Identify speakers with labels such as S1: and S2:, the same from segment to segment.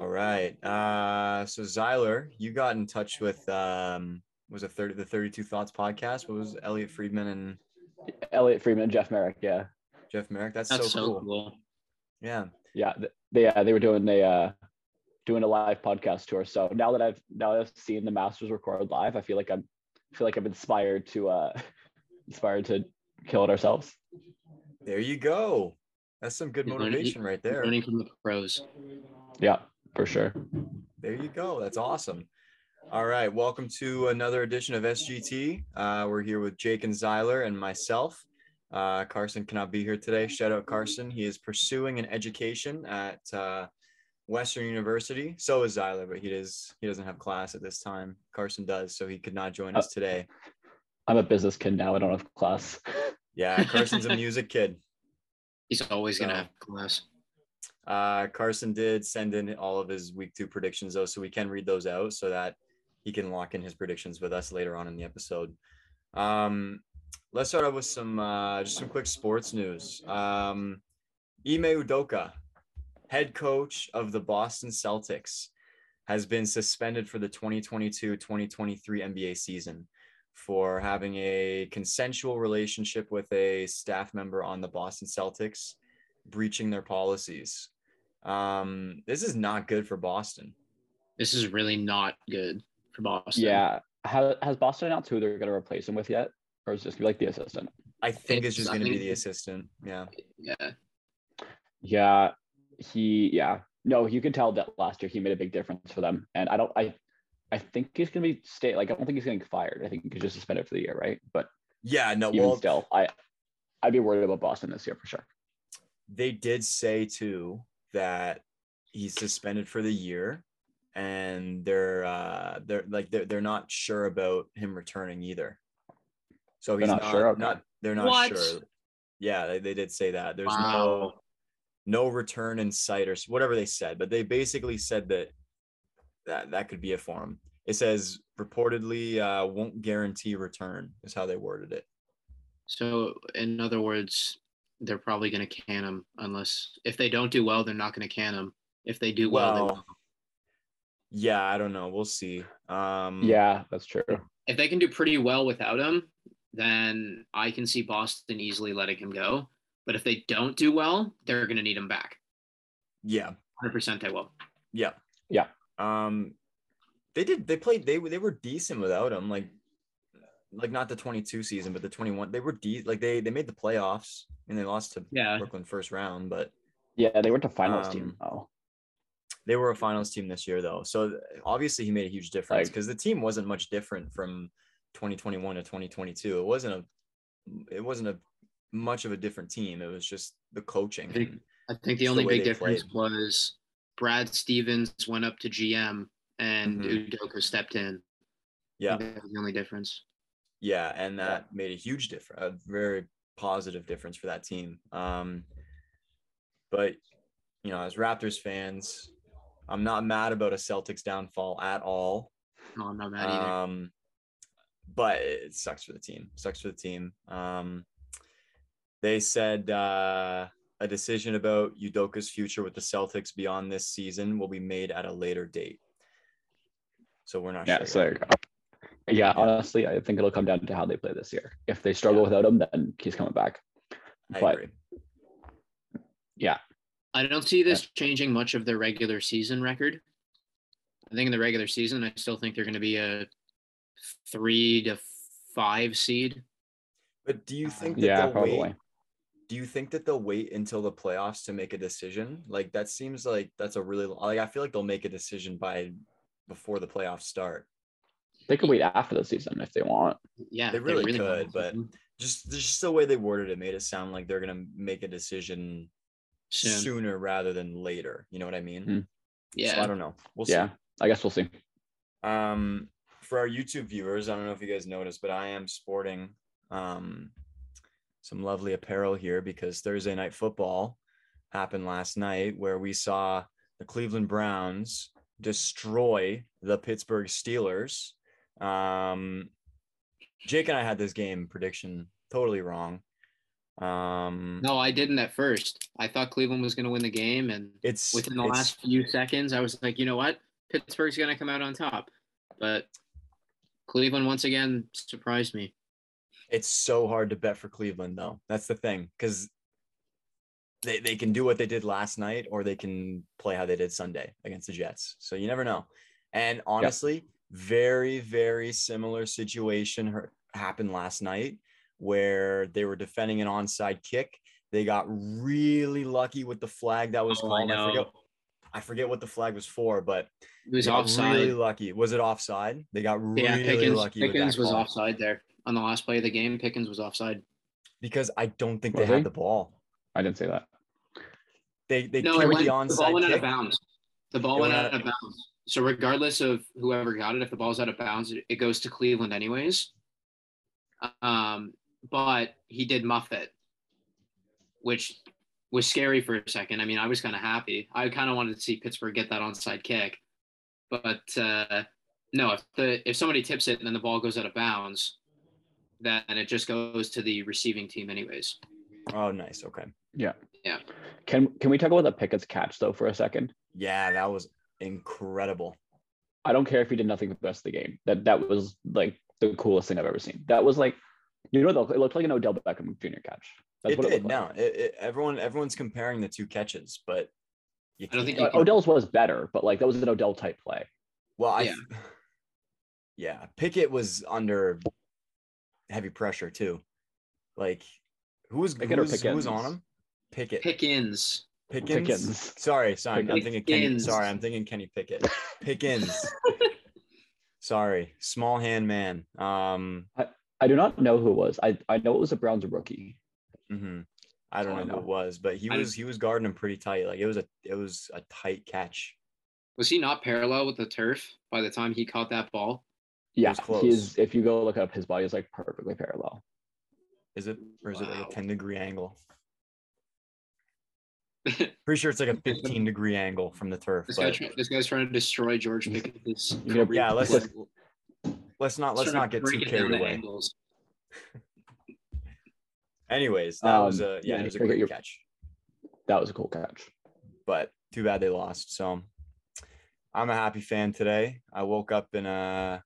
S1: All right. Uh, so Zyler, you got in touch with um, was it thirty the Thirty Two Thoughts podcast? What was Elliot Friedman and
S2: Elliot Friedman and Jeff Merrick. Yeah.
S1: Jeff Merrick? That's,
S3: That's
S1: so, cool.
S3: cool.
S1: Yeah.
S2: Yeah. th- They, uh, they were doing a, uh, doing a live podcast tour. So now that I've, now that I've seen the masters record live, I feel like I'm, I feel like I'm inspired to, uh, inspired to kill it ourselves.
S1: There you go. That's some good
S3: You're learning-
S1: motivation right there.
S3: Learning from the pros.
S2: Yeah, for sure.
S1: There you go. That's awesome. All right. Welcome to another edition of SGT. Uh, we're here with Jake and Zyler and myself. Uh, Carson cannot be here today. Shout out Carson. He is pursuing an education at uh, Western University. So is Zyler, but he does he doesn't have class at this time. Carson does, so he could not join us today.
S2: I'm a business kid now. I don't have class.
S1: Yeah, Carson's a music kid.
S3: He's always gonna
S1: So-
S3: have class.
S1: Uh, Carson did send in all of his week two predictions though, so we can read those out so that he can lock in his predictions with us later on in the episode. Um, let's start out with some uh, just some quick sports news. Um, Ime Udoka, head coach of the Boston Celtics, has been suspended for the 2022-2023 NBA season for having a consensual relationship with a staff member on the Boston Celtics breaching their policies. Um, this is not good for Boston.
S3: This is really not good for Boston.
S2: Yeah. Has, has Boston announced who they're going to replace him with yet? Or is this gonna be like the assistant?
S1: I think it's
S3: It's-
S1: just
S3: I
S1: going to be
S3: think-
S1: the assistant. Yeah.
S3: Yeah.
S2: Yeah. He, yeah. No, you can tell that last year he made a big difference for them. And I don't, I, I think he's going to be stay. Like, I don't think he's getting fired. I think he's just suspended for the year, right? But
S1: Yeah. No,
S2: even
S1: Uh, well,
S2: still, I, I'd be worried about Boston this year for sure.
S1: they did say too that he's suspended for the year and they're, uh, they're like, they're, they're not sure about him returning either. So he's
S2: They're
S1: not,
S2: not sure? Okay.
S1: not they're not
S3: What?
S1: sure. Yeah. They, they did say that there's no,
S3: Wow.
S1: no return in sight or s- whatever they said, but they basically said that that, that could be a form. It says reportedly uh, won't guarantee return is how they worded it.
S3: So in other words, they're probably gonna can him unless if they don't do well, they're not gonna can him. If they do well, they
S1: Well,
S3: will.
S1: Yeah, I don't know. We'll see. Um,
S2: Yeah, that's true.
S3: if they can do pretty well without him, then I can see Boston easily letting him go. But if they don't do well, they're gonna need him back.
S1: yeah,
S3: 100% they will.
S1: yeah,
S2: Yeah.
S1: Um, they did. They played. They were- they were decent without him. Like, like not the twenty two season, but the twenty one. They were de- like they they made the playoffs and they lost to
S3: Yeah.
S1: Brooklyn first round, but
S2: Yeah. They weren't a finals
S1: Um,
S2: team. Oh,
S1: they were a finals team this year though so th- obviously he made a huge difference
S2: Like-
S1: because the team wasn't much different from 2021 to 2022 it wasn't a it wasn't a much of a different team it was just the coaching
S3: I think- I think
S1: It's
S3: the
S1: the
S3: only
S1: way
S3: big
S1: they
S3: difference
S1: played.
S3: was Brad Stevens went up to GM and
S1: Mhm.
S3: Udoka stepped in.
S1: yeah
S3: That was the only difference.
S1: yeah and that made a huge difference a very positive difference for that team um but you know as raptors fans i'm not mad about a celtics downfall at all
S3: No, I'm not mad either.
S1: Um, but it sucks for the team. Sucks for the team. Um, they said uh, a decision about Udoka's future with the Celtics beyond this season will be made at a later date. So we're not
S2: yeah.
S1: sure.
S2: So there you go. Yeah, honestly, I think it'll come down to how they play this year. If they struggle without him, then he's coming back.
S1: yet. I
S2: but-
S1: agree.
S3: I don't see this changing much of their regular season record. I think in the regular season, I still think they're going to be a three to five seed.
S1: But
S3: Uh,
S1: do you think that
S2: Yeah,
S1: they'll
S2: probably.
S1: wait? Do you think that they'll wait until the playoffs to make a decision? Like that seems like that's a really like I feel like they'll make a decision by before the playoffs start.
S2: They could wait after the season if they want.
S3: Yeah,
S1: They really could,
S3: want
S1: but
S3: them
S1: Just just the way they worded it made it sound like they're gonna make a decision
S3: soon.
S1: sooner rather than later. You know what I mean?
S2: Mm.
S1: So I
S3: Yeah,
S1: don't know. We'll
S2: yeah, I guess we'll see.
S1: see. Um, for our YouTube viewers, I don't know if you guys noticed, but I am sporting um, some lovely apparel here because Thursday night football happened last night where we saw the Cleveland Browns destroy the Pittsburgh Steelers. Um, Jake and I had this game prediction totally wrong. Um,
S3: No, I didn't at first. I thought Cleveland was going to win the game, and
S1: it's
S3: within the
S1: it's-
S3: last few seconds, I was like, you know what, Pittsburgh's going to come out on top. But Cleveland once again surprised me.
S1: It's so hard to bet for Cleveland, though. That's the thing, because they, they can do what they did last night, or they can play how they did Sunday against the Jets. So you never know. And honestly, very very similar situation her- happened last night, where they were defending an onside kick. They got really lucky with the flag that was
S3: Oh, I
S1: called. I,
S3: know.
S1: forget, I forget what the flag was for, but
S3: It was
S1: they got
S3: offside.
S1: Really lucky. Was it offside? They got
S3: yeah,
S1: really
S3: Pickens,
S1: lucky. with
S3: Pickens
S1: that
S3: was
S1: call.
S3: offside there on the last play of the game. Pickens was offside.
S1: because I don't think
S2: Were
S1: they had
S2: they?
S1: the ball.
S2: I didn't say that.
S1: They they
S3: no,
S1: cured
S3: it went,
S1: the
S3: the ball
S1: onside
S3: went out of
S1: kick.
S3: bounds. The ball
S1: It
S3: went, out, of bounds. So regardless of whoever got it, if the ball's out of bounds, it- it goes to Cleveland anyways. Um, but he did muff it, which was scary for a second. I mean, I was kind of happy. I kind of wanted to see Pittsburgh get that onside kick, but uh, no. If the if somebody tips it and then the ball goes out of bounds, then it just goes to the receiving team anyways.
S1: Oh, nice. Okay.
S2: Can can we talk about the Pickett's catch though for a second?
S1: Yeah, that was incredible.
S2: I don't care if he did nothing for the rest of the game. That that was like the coolest thing I've ever seen. That was like, you know, though, it looked like an Odell Beckham Jr. catch. That's
S1: it
S2: what
S1: did.
S2: it looked like.
S1: no, it, it- everyone everyone's comparing the two catches, but you
S3: I don't think
S1: can't-
S3: you can-
S2: Uh, Odell's was better, but like that was an Odell type play.
S1: well, I
S3: Yeah.
S1: yeah, Pickett was under heavy pressure too. Like who was
S2: Pickett or
S1: who's- who was on
S2: Pickens?
S1: him? Pickett.
S3: Pickens.
S1: Pickens?
S2: Pickens.
S1: Sorry, sorry. I'm
S2: Pickens.
S1: thinking Kenny.
S3: Pickens.
S1: Sorry, I'm thinking Kenny Pickett. Pickens. sorry, small hand man. Um,
S2: I do not know who it was. I, I know it was a Browns rookie.
S1: mhm. I don't
S2: Oh,
S1: know
S2: I
S1: who
S2: know.
S1: it was, but he
S3: I
S1: was he was guarding him pretty tight. Like it was a it was a tight catch.
S3: Was he not parallel with the turf by the time he caught that ball?
S2: Yeah,
S1: was close.
S2: he's if you go look up, his body is like perfectly parallel.
S1: Is it or is it like
S3: Wow.
S1: a ten degree angle? Pretty sure it's like a fifteen degree angle from the turf.
S3: This, guy,
S1: But
S3: try- this guy's trying to destroy George Pickens.
S2: You know,
S1: yeah, let's
S2: Let's-
S1: let's not let's
S3: Trying to
S1: not get too
S3: break it down
S1: carried
S3: to
S1: away.
S3: angles.
S1: Anyways, that was
S2: Um,
S1: a yeah,
S2: yeah,
S1: it was a
S2: I get
S1: great
S2: your-
S1: catch.
S2: that was a cool catch.
S1: but too bad they lost. So I'm a happy fan today. I woke up in a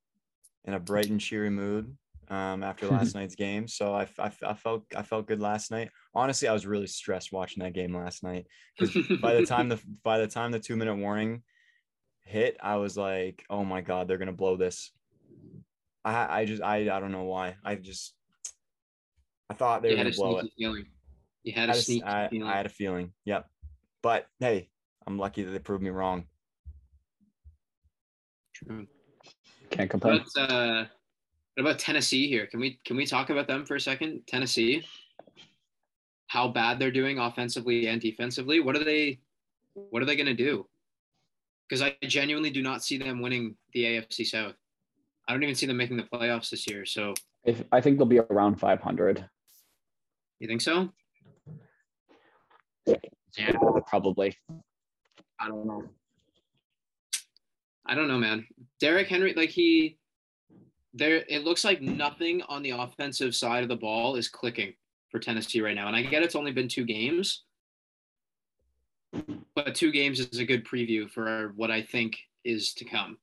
S1: in a bright and cheery mood um, after last night's game. So I, I, I felt I felt good last night. Honestly, I was really stressed watching that game last night. By the time the by the time the two minute warning hit, I was like, oh my god, they're gonna blow this. I I just I I don't know why. I just I thought they
S3: you
S1: were
S3: had a
S1: gonna blow it.
S3: sneaky feeling. You
S1: I
S3: had a
S1: had, a s-
S3: sneaky
S1: I-
S3: feeling.
S1: I had a feeling. Yep. But hey, I'm lucky that they proved me wrong.
S3: True.
S2: Can't complain.
S3: What about, uh, what about Tennessee here? Can we can we talk about them for a second? Tennessee, how bad they're doing offensively and defensively. What are they? What are they going to do? Because I genuinely do not see them winning the AFC South. I don't even see them making the playoffs this year. So
S2: If I think they'll be around 500,
S3: you think so?
S2: yeah, probably.
S3: I don't know. I don't know, man. Derrick Henry, like he, there. It looks like nothing on the offensive side of the ball is clicking for Tennessee right now. And I get it's only been two games, but two games is a good preview for what I think is to come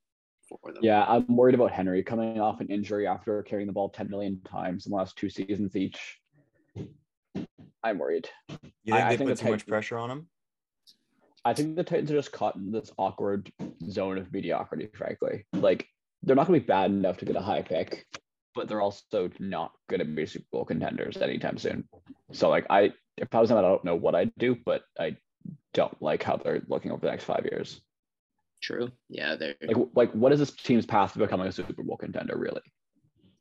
S3: for them.
S2: Yeah, I'm worried about Henry coming off an injury after carrying the ball 10 million times in the last two seasons each. I'm worried.
S1: You think
S2: I- I
S1: they
S2: think
S1: put
S2: the
S1: too much
S2: Titans-
S1: pressure on him?
S2: I think the Titans are just caught in this awkward zone of mediocrity, frankly. Like, they're not going to be bad enough to get a high pick, but they're also not going to be Super Bowl contenders anytime soon. So, like, I, if I was them, I don't know what I'd do, but I don't like how they're looking over the next five years.
S3: True. Yeah, there.
S2: Like, like what is this team's path to becoming a Super Bowl contender, really?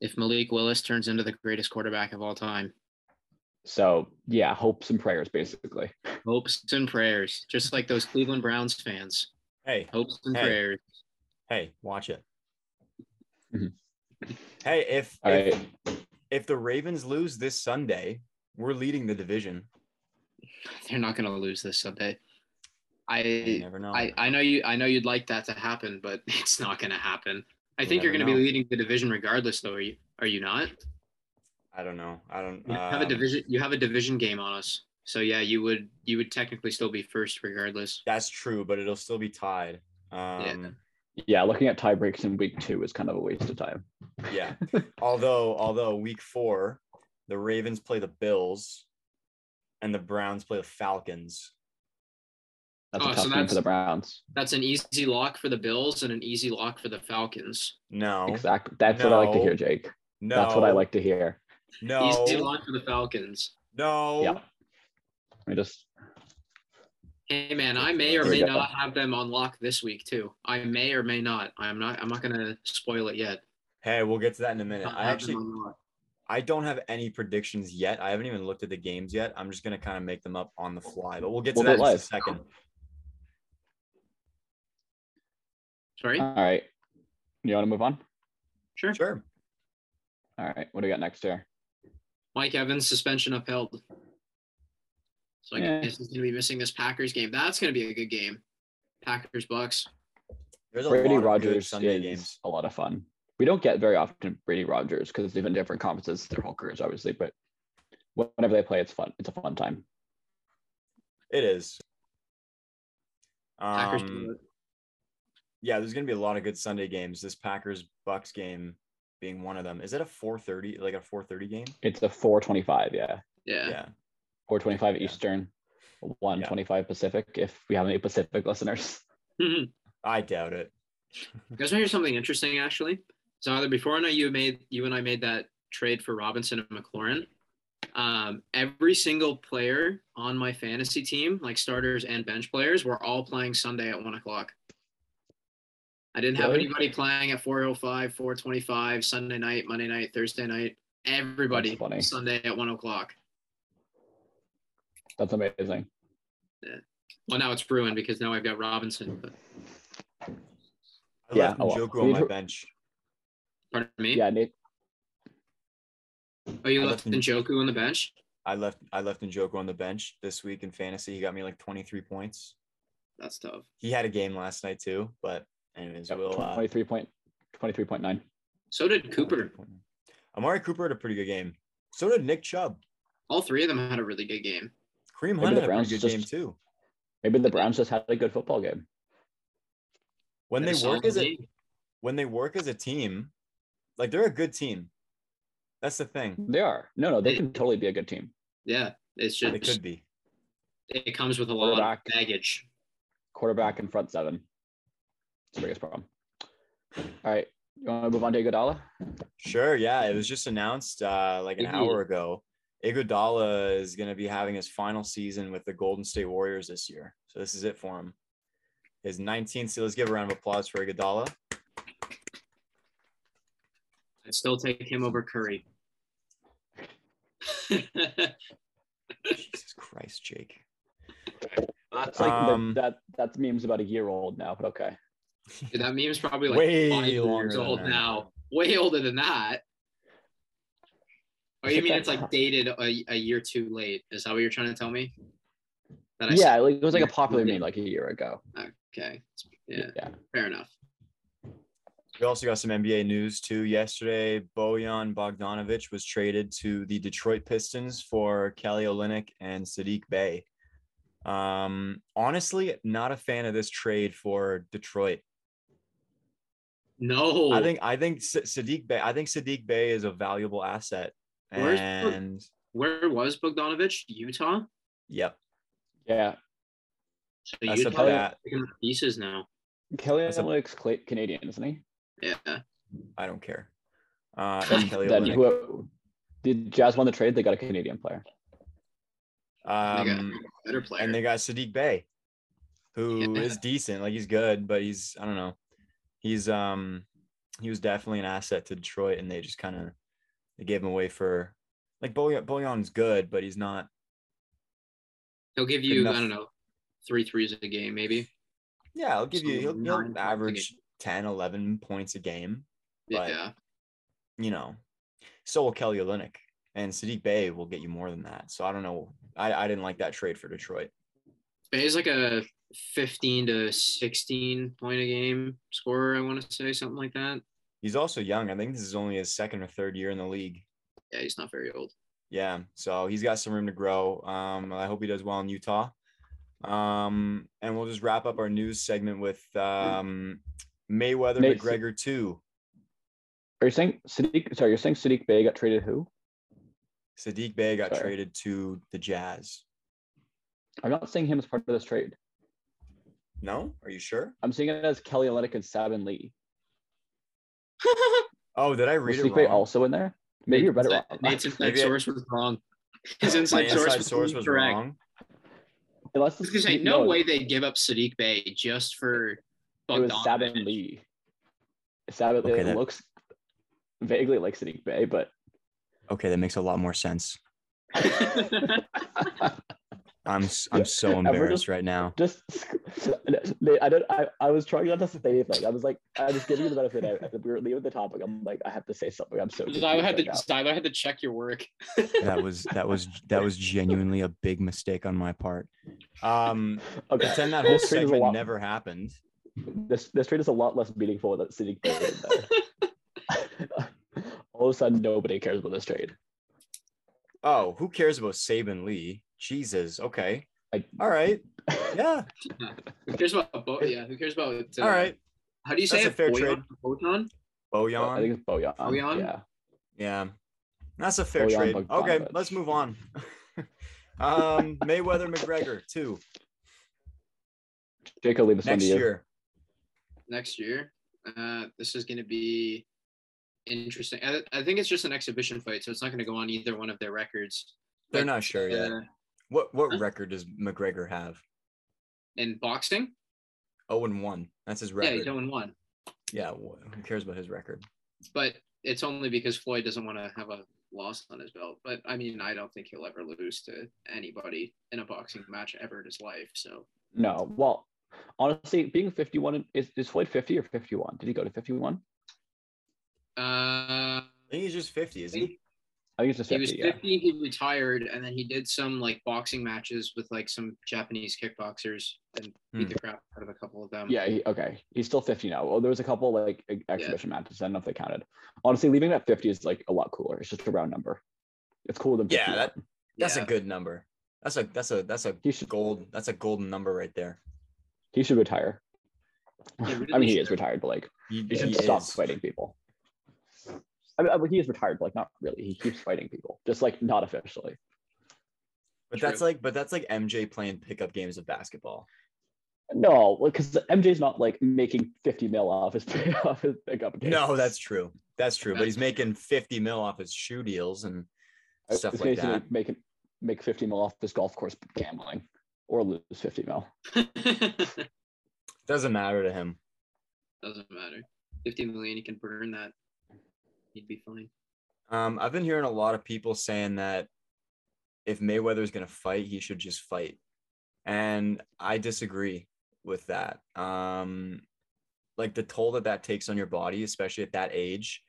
S3: if Malik Willis turns into the greatest quarterback of all time,
S2: So, yeah, hopes and prayers, basically.
S3: hopes and prayers, just like those Cleveland Browns fans,
S1: Hey,
S3: hopes and
S1: Hey.
S3: prayers.
S1: hey, watch it.
S2: Mhm.
S1: Hey, if
S2: All
S1: if,
S2: right.
S1: if the Ravens lose this Sunday, we're leading the division.
S3: they're not going to lose this Sunday.
S1: You
S3: I,
S1: never know.
S3: I I know you I know you'd like that to happen, but it's not going to happen. I think
S1: You
S3: you're going
S1: never
S3: to be
S1: know.
S3: leading the division regardless, though. Are you are you not?
S1: I don't know. I don't
S3: You have a
S1: um,
S3: division. You have a division game on us. So yeah, you would you would technically still be first regardless.
S1: That's true, but it'll still be tied. Um,
S2: Yeah, looking at tie breaks in week two is kind of a waste of time.
S1: yeah. although, although week four, the Ravens play the Bills, and the Browns play the Falcons.
S2: That's
S3: Oh,
S2: a
S3: so
S2: tough game
S3: that's-
S2: for the Browns.
S3: That's an easy lock for the Bills and an easy lock for the Falcons.
S1: No,
S2: Exactly. That's what I like to
S1: No.
S2: hear, Jake.
S1: no,
S2: That's what I like to hear.
S3: Easy
S1: No,
S3: lock for the Falcons.
S1: no.
S2: Yeah. I just
S3: Hey man, I may or
S2: Here we
S3: may
S2: go.
S3: not have them on lock this week too. I may or may not. I'm not. I'm not gonna spoil it yet.
S1: Hey, we'll get to that in a minute.
S3: Not
S1: I
S3: have them
S1: actually,
S3: on lock.
S1: I don't have any predictions yet. I haven't even looked at the games yet. I'm just gonna kind of make them up on the fly, but we'll get to
S2: We'll
S1: that
S2: do
S1: in
S2: it
S1: just a second.
S3: Sorry.
S2: all right. You want to move on?
S3: Sure.
S1: Sure.
S2: All right. What do we got next here?
S3: Mike Evans suspension upheld. So I
S2: Yeah.
S3: guess he's gonna be missing this Packers game. That's gonna be a good game. Packers Bucks.
S1: There's a
S2: Brady
S1: lot of good
S2: Rogers
S1: Sunday
S2: is
S1: games.
S2: a lot of fun. We don't get very often Brady Rogers because they've been different conferences their whole careers, obviously. But whenever they play, it's fun. It's a fun time.
S1: It is.
S3: Packers.
S1: Um, yeah, there's gonna be a lot of good Sunday games. This Packers Bucks game being one of them. Is it a 4:30 like a 4:30 game?
S2: It's a 425, yeah.
S3: yeah.
S1: Yeah.
S2: 425
S1: Yeah.
S2: Eastern, 125 Pacific, if we have any Pacific listeners.
S3: you
S1: I doubt it.
S3: guys want to hear something interesting actually? So either before I know you made you and I made that trade for Robinson and McLaurin. Um, every single player on my fantasy team, like starters and bench players, were all playing Sunday at one o'clock. I didn't have
S2: Really?
S3: anybody playing at 405, 425, Sunday night, Monday night, Thursday night. Everybody
S2: That's funny.
S3: Sunday at one o'clock.
S2: That's amazing.
S3: Well, now it's ruined because now I've got Robinson. But
S1: I
S2: Yeah,
S1: left
S2: a lot.
S1: Njoku on my
S2: We've-
S1: bench.
S3: pardon me.
S2: Yeah, Nate,
S3: Oh, you
S1: I
S3: left
S1: left
S3: Njoku on the bench.
S1: I left I left Njoku on the bench this week in fantasy. He got me like 23 points.
S3: That's tough.
S1: He had a game last night too, but anyways, we'll uh,
S2: 23 point, 23.9.
S3: So did Cooper.
S1: 23.9. Amari Cooper had a pretty good game. So did Nick Chubb.
S3: All three of them had a really good game.
S1: Kareem
S2: Maybe
S1: Hunt
S2: the
S1: had a pretty
S2: Browns
S1: good
S2: just-
S1: game too.
S2: Maybe the Browns just had a good football game.
S1: When
S3: They're
S1: they work
S3: solid
S1: as a
S3: team.
S1: when they work as a team, like they're a good team. That's the thing.
S2: They are. No, no, they can totally be a good team.
S3: yeah, it's
S1: They
S3: just
S1: could be.
S3: it comes with a lot of
S2: Quarterback.
S3: baggage.
S2: Quarterback and front seven. It's the biggest problem. All right. You want to move on to Iguodala?
S1: Sure. Yeah. It was just announced uh, like an
S3: Iggy.
S1: hour ago. Iguodala is going to be having his final season with the Golden State Warriors this year. So this is it for him. His 19th. So let's give a round of applause for Iguodala.
S3: I'd still take him over Curry. That's
S1: Jesus Christ, Jake.
S2: That's like
S1: Um,
S2: the, that. That's memes about a year old now, but okay.
S3: Dude, that meme's probably like
S1: Way
S3: five
S1: longer
S3: years
S1: than
S3: old
S1: that.
S3: now. Way older than that. Oh, you mean it's like dated a, a year too late? Is that what you're trying to tell me? That I
S2: Yeah, like it was like a popular
S3: Yeah.
S2: meme like a year ago.
S3: said- Okay. Yeah. Fair enough.
S1: We also got some NBA news too. Yesterday, Bojan Bogdanovic was traded to the Detroit Pistons for Kelly Olynyk and Sadiq Bey. Um, honestly, not a fan of this trade for Detroit.
S3: No.
S1: I think I think Sa- Sadiq Bey. I think Sadiq Bey is a valuable asset.
S3: Where's-
S1: And
S3: where was Bogdanovich? Utah.
S1: yep,
S2: Yeah.
S3: So
S1: that's
S3: Utah
S1: about
S2: Utah-
S1: that.
S3: picking up pieces now.
S2: Kelly
S1: That's a-
S2: Olynyk's Cla- Canadian, isn't he?
S3: Yeah.
S1: I don't care. Uh, and Kelly
S2: then
S1: Olynyk.
S2: who? Did Jazz won the trade? They got a Canadian player.
S3: They got
S1: Um,
S3: a better player.
S1: and they got Sadiq Bey, who is
S3: Yeah.
S1: decent. Like he's good, but he's I don't know. He's um he was definitely an asset to Detroit, and they just kind of they gave him away for like Bojan. Bojan's good, but he's not.
S3: He'll give you,
S1: enough.
S3: I don't know, three threes a game, maybe.
S1: Yeah, I'll give you.
S3: So
S1: He'll,
S3: nine
S1: he'll
S3: points a game.
S1: average 10, 11 points a game. But-
S3: yeah.
S1: You know, so will Kelly Olynyk and Sadiq Bey will get you more than that. So I don't know. I I didn't like that trade for Detroit.
S3: Bay's like a 15 to 16 point a game scorer, I want to say, something like that.
S1: He's also young. I think this is only his second or third year in the league.
S3: Yeah, he's not very old.
S1: yeah, so he's got some room to grow. Um, I hope he does well in Utah. Um, and we'll just wrap up our news segment with um, Mayweather
S2: Nate, so-
S1: McGregor two.
S2: Are you saying Sadiq? Sorry, you're saying Sadiq Bay got traded? Who?
S1: Sadiq Bey got
S2: Sorry.
S1: traded to the Jazz.
S2: I'm not seeing him as part of this trade.
S1: No, are you sure?
S2: I'm seeing it as Kelly Olynyk and Sabin Lee.
S1: Oh, did I
S2: Was
S1: read it
S2: Sadiq Bay
S1: wrong?
S2: also in there? Maybe you're better.
S3: Nate's-
S2: off.
S3: Nate's inside
S1: Maybe I-
S3: source was wrong. His
S1: My
S3: inside,
S1: inside sourse was
S3: correct. I
S1: wrong.
S2: Unless
S3: was
S2: it's-
S3: gonna say no, way they'd give up Sadiq Bey just for
S2: It was
S3: Bogdanovich.
S2: Sabin Lee. Sabin
S1: Okay,
S2: it
S1: that-
S2: looks vaguely like Sadiq Bay, but
S1: Okay, that makes a lot more sense. I'm s- I'm so
S2: And we're
S1: embarrassed
S2: just-
S1: right now.
S2: just Nate, I don't. I, I was trying not to say anything. I was like, I was giving you the benefit. of it. we were leaving the topic. I'm like, I have to say something. I'm so.
S3: Zyler had to
S2: confused right now.
S3: Zyler had to check your work.
S1: That was that was that was genuinely a big mistake on my part. Um,
S2: Okay.
S1: pretend that whole
S2: This trade is a
S1: segment
S2: lot-
S1: never happened.
S2: this this trade is a lot less meaningful without Sadiq Bay in there. All of a sudden, nobody cares about this trade.
S1: Oh, who cares about Saban Lee? Jesus. Okay.
S2: I-
S1: All right. Yeah.
S3: Who cares about Bo- yeah? Who cares about? Uh,
S1: All right.
S3: How do you say
S1: That's
S3: it?
S1: a fair
S3: Bojan? Bojan?
S2: I
S1: Bojan.
S2: think it's Bojan.
S3: Bojan?
S2: Yeah.
S1: Yeah. That's a fair
S2: Bojan
S1: trade. Okay,
S2: Bogdanovic.
S1: let's move on. um, Mayweather McGregor two
S2: Jacob, leave this one
S1: next
S2: to you.
S1: year.
S3: next year. Uh, this is going to be interesting. I, I think it's just an exhibition fight, so it's not going to go on either one of their records.
S1: They're
S3: Like,
S1: not sure yet.
S3: uh,
S1: What what
S3: Huh?
S1: record does McGregor have?
S3: in boxing,
S1: Oh and one. That's his
S3: yeah, he's
S1: record.
S3: only one,
S1: Yeah, wh- who cares about his record?
S3: but it's only because Floyd doesn't want to have a loss on his belt. But I mean, I don't think he'll ever lose to anybody in a boxing match ever in his life. So
S2: No. Well, honestly, being 51 and- is, is Floyd 50 or 51? Did he go to 51?
S3: uh,
S1: I think he's just fifty, isn't he?
S2: I think it's just
S3: he
S2: 50.
S3: was
S2: yeah.
S3: 50. He retired, and then he did some like boxing matches with like some Japanese kickboxers and beat
S1: Hmm.
S3: the crap out of a couple of them.
S2: Yeah. He, okay. He's still 50 now. Well, there was a couple like e- exhibition matches. I don't know if they counted. Honestly, leaving it at 50 is like a lot cooler. It's just a round number. It's cooler than 50.
S1: Yeah, that- That's
S3: Yeah.
S1: a good number. That's a that's a that's a
S2: he should
S1: gold that's a golden number right there.
S2: he should retire.
S3: He really
S2: I mean, he is
S3: should.
S2: retired, but like
S1: He,
S2: he should
S1: he
S2: stop
S1: is.
S2: fighting people. I mean, I mean, he is retired, but like not really. He keeps fighting people, just like not officially.
S1: But
S3: True.
S1: that's like but that's like MJ playing pickup games of basketball.
S2: No, because MJ's not like making 50 mil off his off his pickup game.
S1: No, that's true. That's true. But he's
S3: That's-
S1: making 50 mil off his shoe deals and
S2: I-
S1: stuff
S2: it's
S1: like
S2: basically
S1: that.
S2: Make it make 50 mil off this golf course gambling or lose 50 mil.
S3: Doesn't
S1: Doesn't matter to him.
S3: matter. 50 million, you can burn that. He'd be fine.
S1: Um, I've been hearing a lot of people saying that if Mayweather's going to fight, he should just fight. And I disagree with that. Um, like the toll that that takes on your body, especially at that age,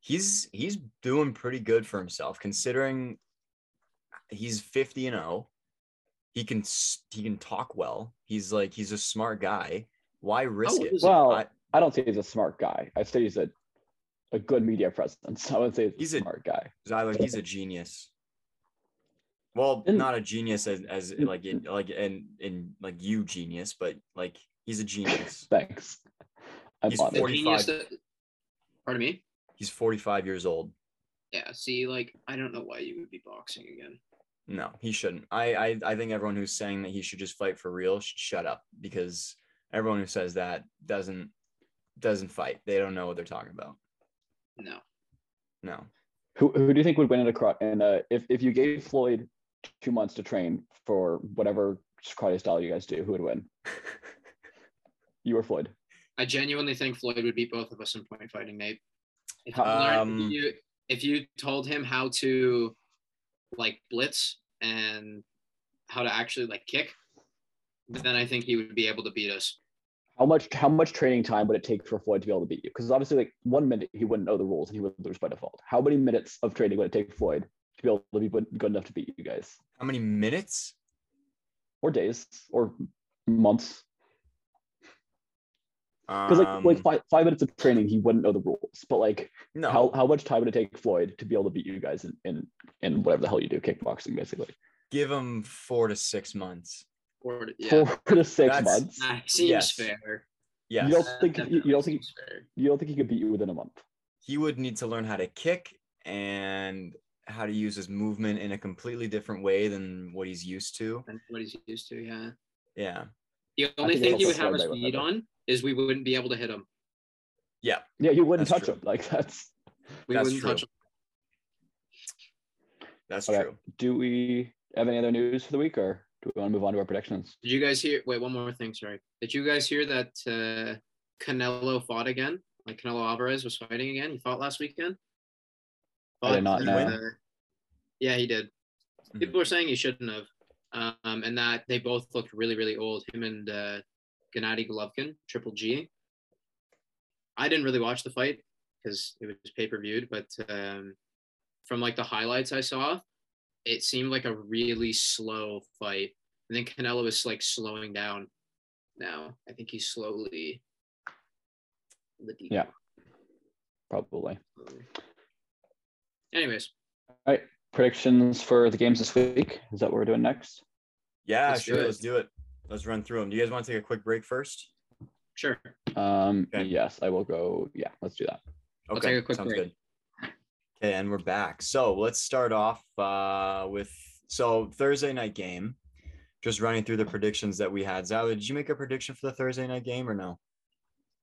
S1: he's he's doing pretty good for himself considering he's 50 and 0. He can s- he can talk well. He's like he's a smart guy. Why risk
S3: old
S1: it?
S3: is he?
S2: Well,
S1: I-
S2: I, don't say he's a smart guy. I say he's a a good media presence. I would say he's
S1: He's
S2: a
S1: a-
S2: smart guy.
S1: Zyler, he's a genius. Well,
S2: Didn't-
S1: not a genius as, as like in, like in, in like you genius, but like he's a genius.
S2: Thanks. I'm
S1: He's
S2: on
S3: The
S2: it.
S1: 40
S3: genius
S1: 45.
S3: that, pardon me?
S1: He's 45 years old.
S3: Yeah, see, like, I don't know why you would be boxing again.
S1: No, he shouldn't. I, I I think everyone who's saying that he should just fight for real should shut up because everyone who says that doesn't doesn't fight. They don't know what they're talking about.
S3: No.
S1: No.
S2: Who, who do you think would win in a karate? And uh, if if you gave Floyd two months to train for whatever karate style you guys do, who would win? You or Floyd?
S3: I genuinely think Floyd would beat both of us in point fighting, Nate. If you, learned-
S1: Um,
S3: you, if you told him how to, like, blitz and how to actually, like, kick, then I think he would be able to beat us.
S2: How much how much training time would it take for Floyd to be able to beat you? Because obviously, like one minute he wouldn't know the rules and he would lose by default. How many minutes of training would it take Floyd to be able to be good good enough to beat you guys,
S1: How many minutes?
S2: or days, or months? Because like like five, five minutes of training, he wouldn't know the rules. But like,
S1: Um, no,
S2: how how much time would it take Floyd to be able to beat you guys in in, in whatever the hell you do, kickboxing basically?
S1: give him four to six months.
S3: Or, yeah.
S2: Four to six
S1: That's-
S2: months.
S3: That seems
S1: Yes.
S3: fair.
S1: Yes,
S2: You don't
S3: That
S2: think- you- you
S3: definitely
S2: don't think-
S3: seems fair.
S2: You don't think he could beat you within a month?
S1: he would need to learn how to kick and how to use his movement in a completely different way than what he's used to.
S3: That's what he's used to, yeah.
S1: Yeah.
S3: The only
S2: think
S3: thing
S2: it's
S3: he would
S2: also
S3: have us
S2: fair, but
S3: beat
S2: whatever.
S3: on is we wouldn't be able to hit him.
S2: Yeah, you wouldn't
S1: That's
S2: touch
S1: true.
S2: him. Like that's
S3: We
S1: That's
S3: wouldn't
S1: true.
S3: touch him.
S1: That's
S2: Okay.
S1: true.
S2: do we have any other news for the week or do we want to move on to our predictions?
S3: Did you guys hear? Wait, one more thing. Sorry. Did you guys hear that uh, Canelo fought again? Like Canelo Alvarez was fighting again. He fought last weekend.
S2: I did
S3: Fought,
S2: not know. Hmm.
S3: uh, yeah, he did.
S1: Mhm.
S3: People were saying he shouldn't have, um, and that they both looked really, really old. Him and uh, Gennady Golovkin, Triple G. I didn't really watch the fight because it was pay per viewed, but um, from like the highlights I saw, it seemed like a really slow fight. And then Canelo is like slowing down now. I think he's slowly. The deep.
S2: Yeah. Probably.
S3: Anyways,
S2: Predictions for the games this week. Is that what we're doing next?
S1: Yeah,
S3: Let's do
S1: sure.
S3: it.
S1: Let's do it. Let's run through them. Do you guys want to take a quick break first?
S3: sure.
S2: Um
S1: Okay.
S2: yes, I will go. Yeah, let's do that.
S1: Okay,
S3: take a quick
S1: sounds
S3: break.
S1: good. Okay, and we're back. So let's start off uh, with so Thursday night game. Just running through the predictions that we had. Zala, did you make a prediction for the Thursday night game or no?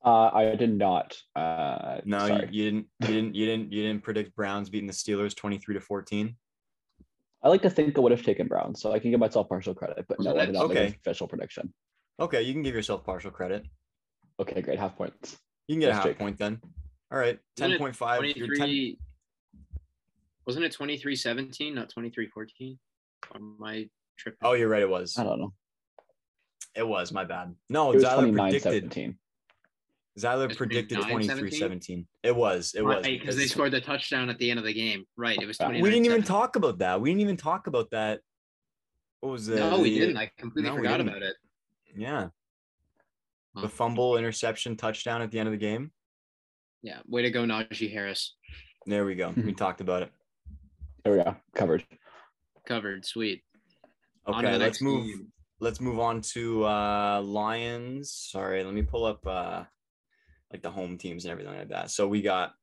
S2: Uh I did not. Uh
S1: No, you,
S2: sorry.
S1: you didn't. You didn't. You didn't. You didn't predict Browns beating the Steelers twenty-three to fourteen.
S2: I like to think I would have taken Brown, so I can give myself partial credit, but no, I did not make
S1: Okay.
S2: an official prediction.
S1: Okay, you can give yourself partial credit.
S2: Okay, great. Half points.
S1: You can get a
S2: Yes,
S1: half
S2: Jake.
S1: point then. All right, ten
S3: Isn't it
S1: point five. You're ten.
S3: 23 wasn't it 23 17 not 23 14 on my trip
S1: Oh, you're right. It was.
S2: I don't know.
S1: It was. My bad. No,
S2: It was
S1: Oh, Zyler
S2: 29
S1: predicted.
S2: 17.
S1: Zyler
S3: It's
S1: predicted
S3: 29-17?
S1: 23-17. It was. It was.
S3: because they scored the touchdown at the end of the game right it was
S2: We
S3: 29
S1: we didn't even talk about that. We didn't even talk about that. What was it?
S3: no we didn't i completely
S1: No, we
S3: forgot
S1: didn't.
S3: about it
S1: Yeah.
S3: Huh.
S1: The fumble, interception, touchdown at the end of the game.
S3: yeah way to go najee harris
S1: There we go.
S2: Hmm.
S1: we talked about it.
S2: There we go. Covered.
S3: covered sweet On to
S1: Okay,
S3: the
S1: let's
S3: next
S1: move.
S3: team.
S1: let's move on to uh Lions. Sorry, let me pull up uh like the home teams and everything like that. So we got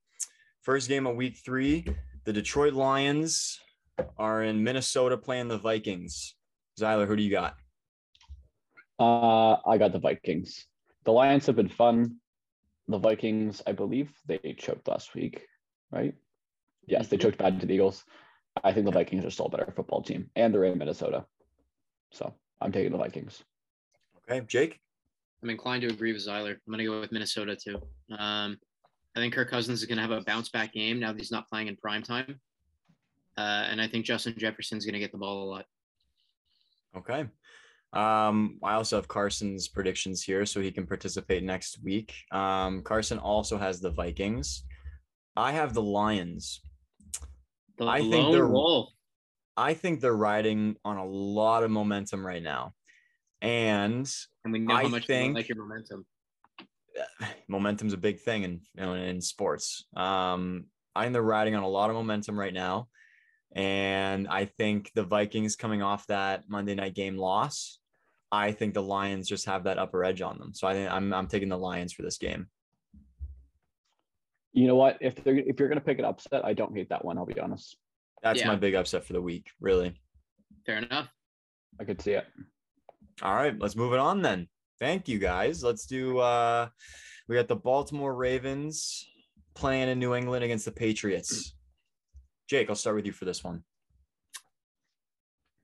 S1: first game of week three. The Detroit Lions are in Minnesota playing the Vikings. Zyler, who do you got?
S2: Uh, I got the Vikings. The Lions have been fun. The Vikings, I believe they choked last week, right? Yes,
S1: Mm-hmm.
S2: they choked bad to the Eagles. I think the Vikings are still a better football team, and they're in Minnesota. So I'm taking the Vikings.
S1: Okay, Jake.
S3: i'm inclined to agree with zeiler i'm going to go with minnesota too um, i think kirk cousins is going to have a bounce back game now that he's not playing in prime time uh, and i think justin jefferson's going to get the ball a lot
S1: Okay. Um, I also have Carson's predictions here, so he can participate next week. Um, Carson also has the Vikings. I have the Lions.
S3: the
S1: I think
S3: lone
S1: they're-
S3: wolf
S1: I think they're riding on a lot of momentum right now. And
S3: and we know
S1: I
S3: how much you
S1: think-
S3: like your momentum
S1: momentum's a big thing in you know, in sports. Um, I think they're riding on a lot of momentum right now, and I think the Vikings coming off that Monday night game loss, I think the Lions just have that upper edge on them. So I think I'm I'm taking the Lions for this game.
S2: You know what? If they're if you're gonna pick an upset, I don't hate that one. I'll be honest.
S1: That's
S3: Yeah.
S1: my big upset for the week, really.
S3: fair enough
S2: I could see it.
S1: All right, let's move it on then. Thank you guys. Let's do. uh We got the Baltimore Ravens playing in New England against the Patriots. Jake, I'll start with you for this one.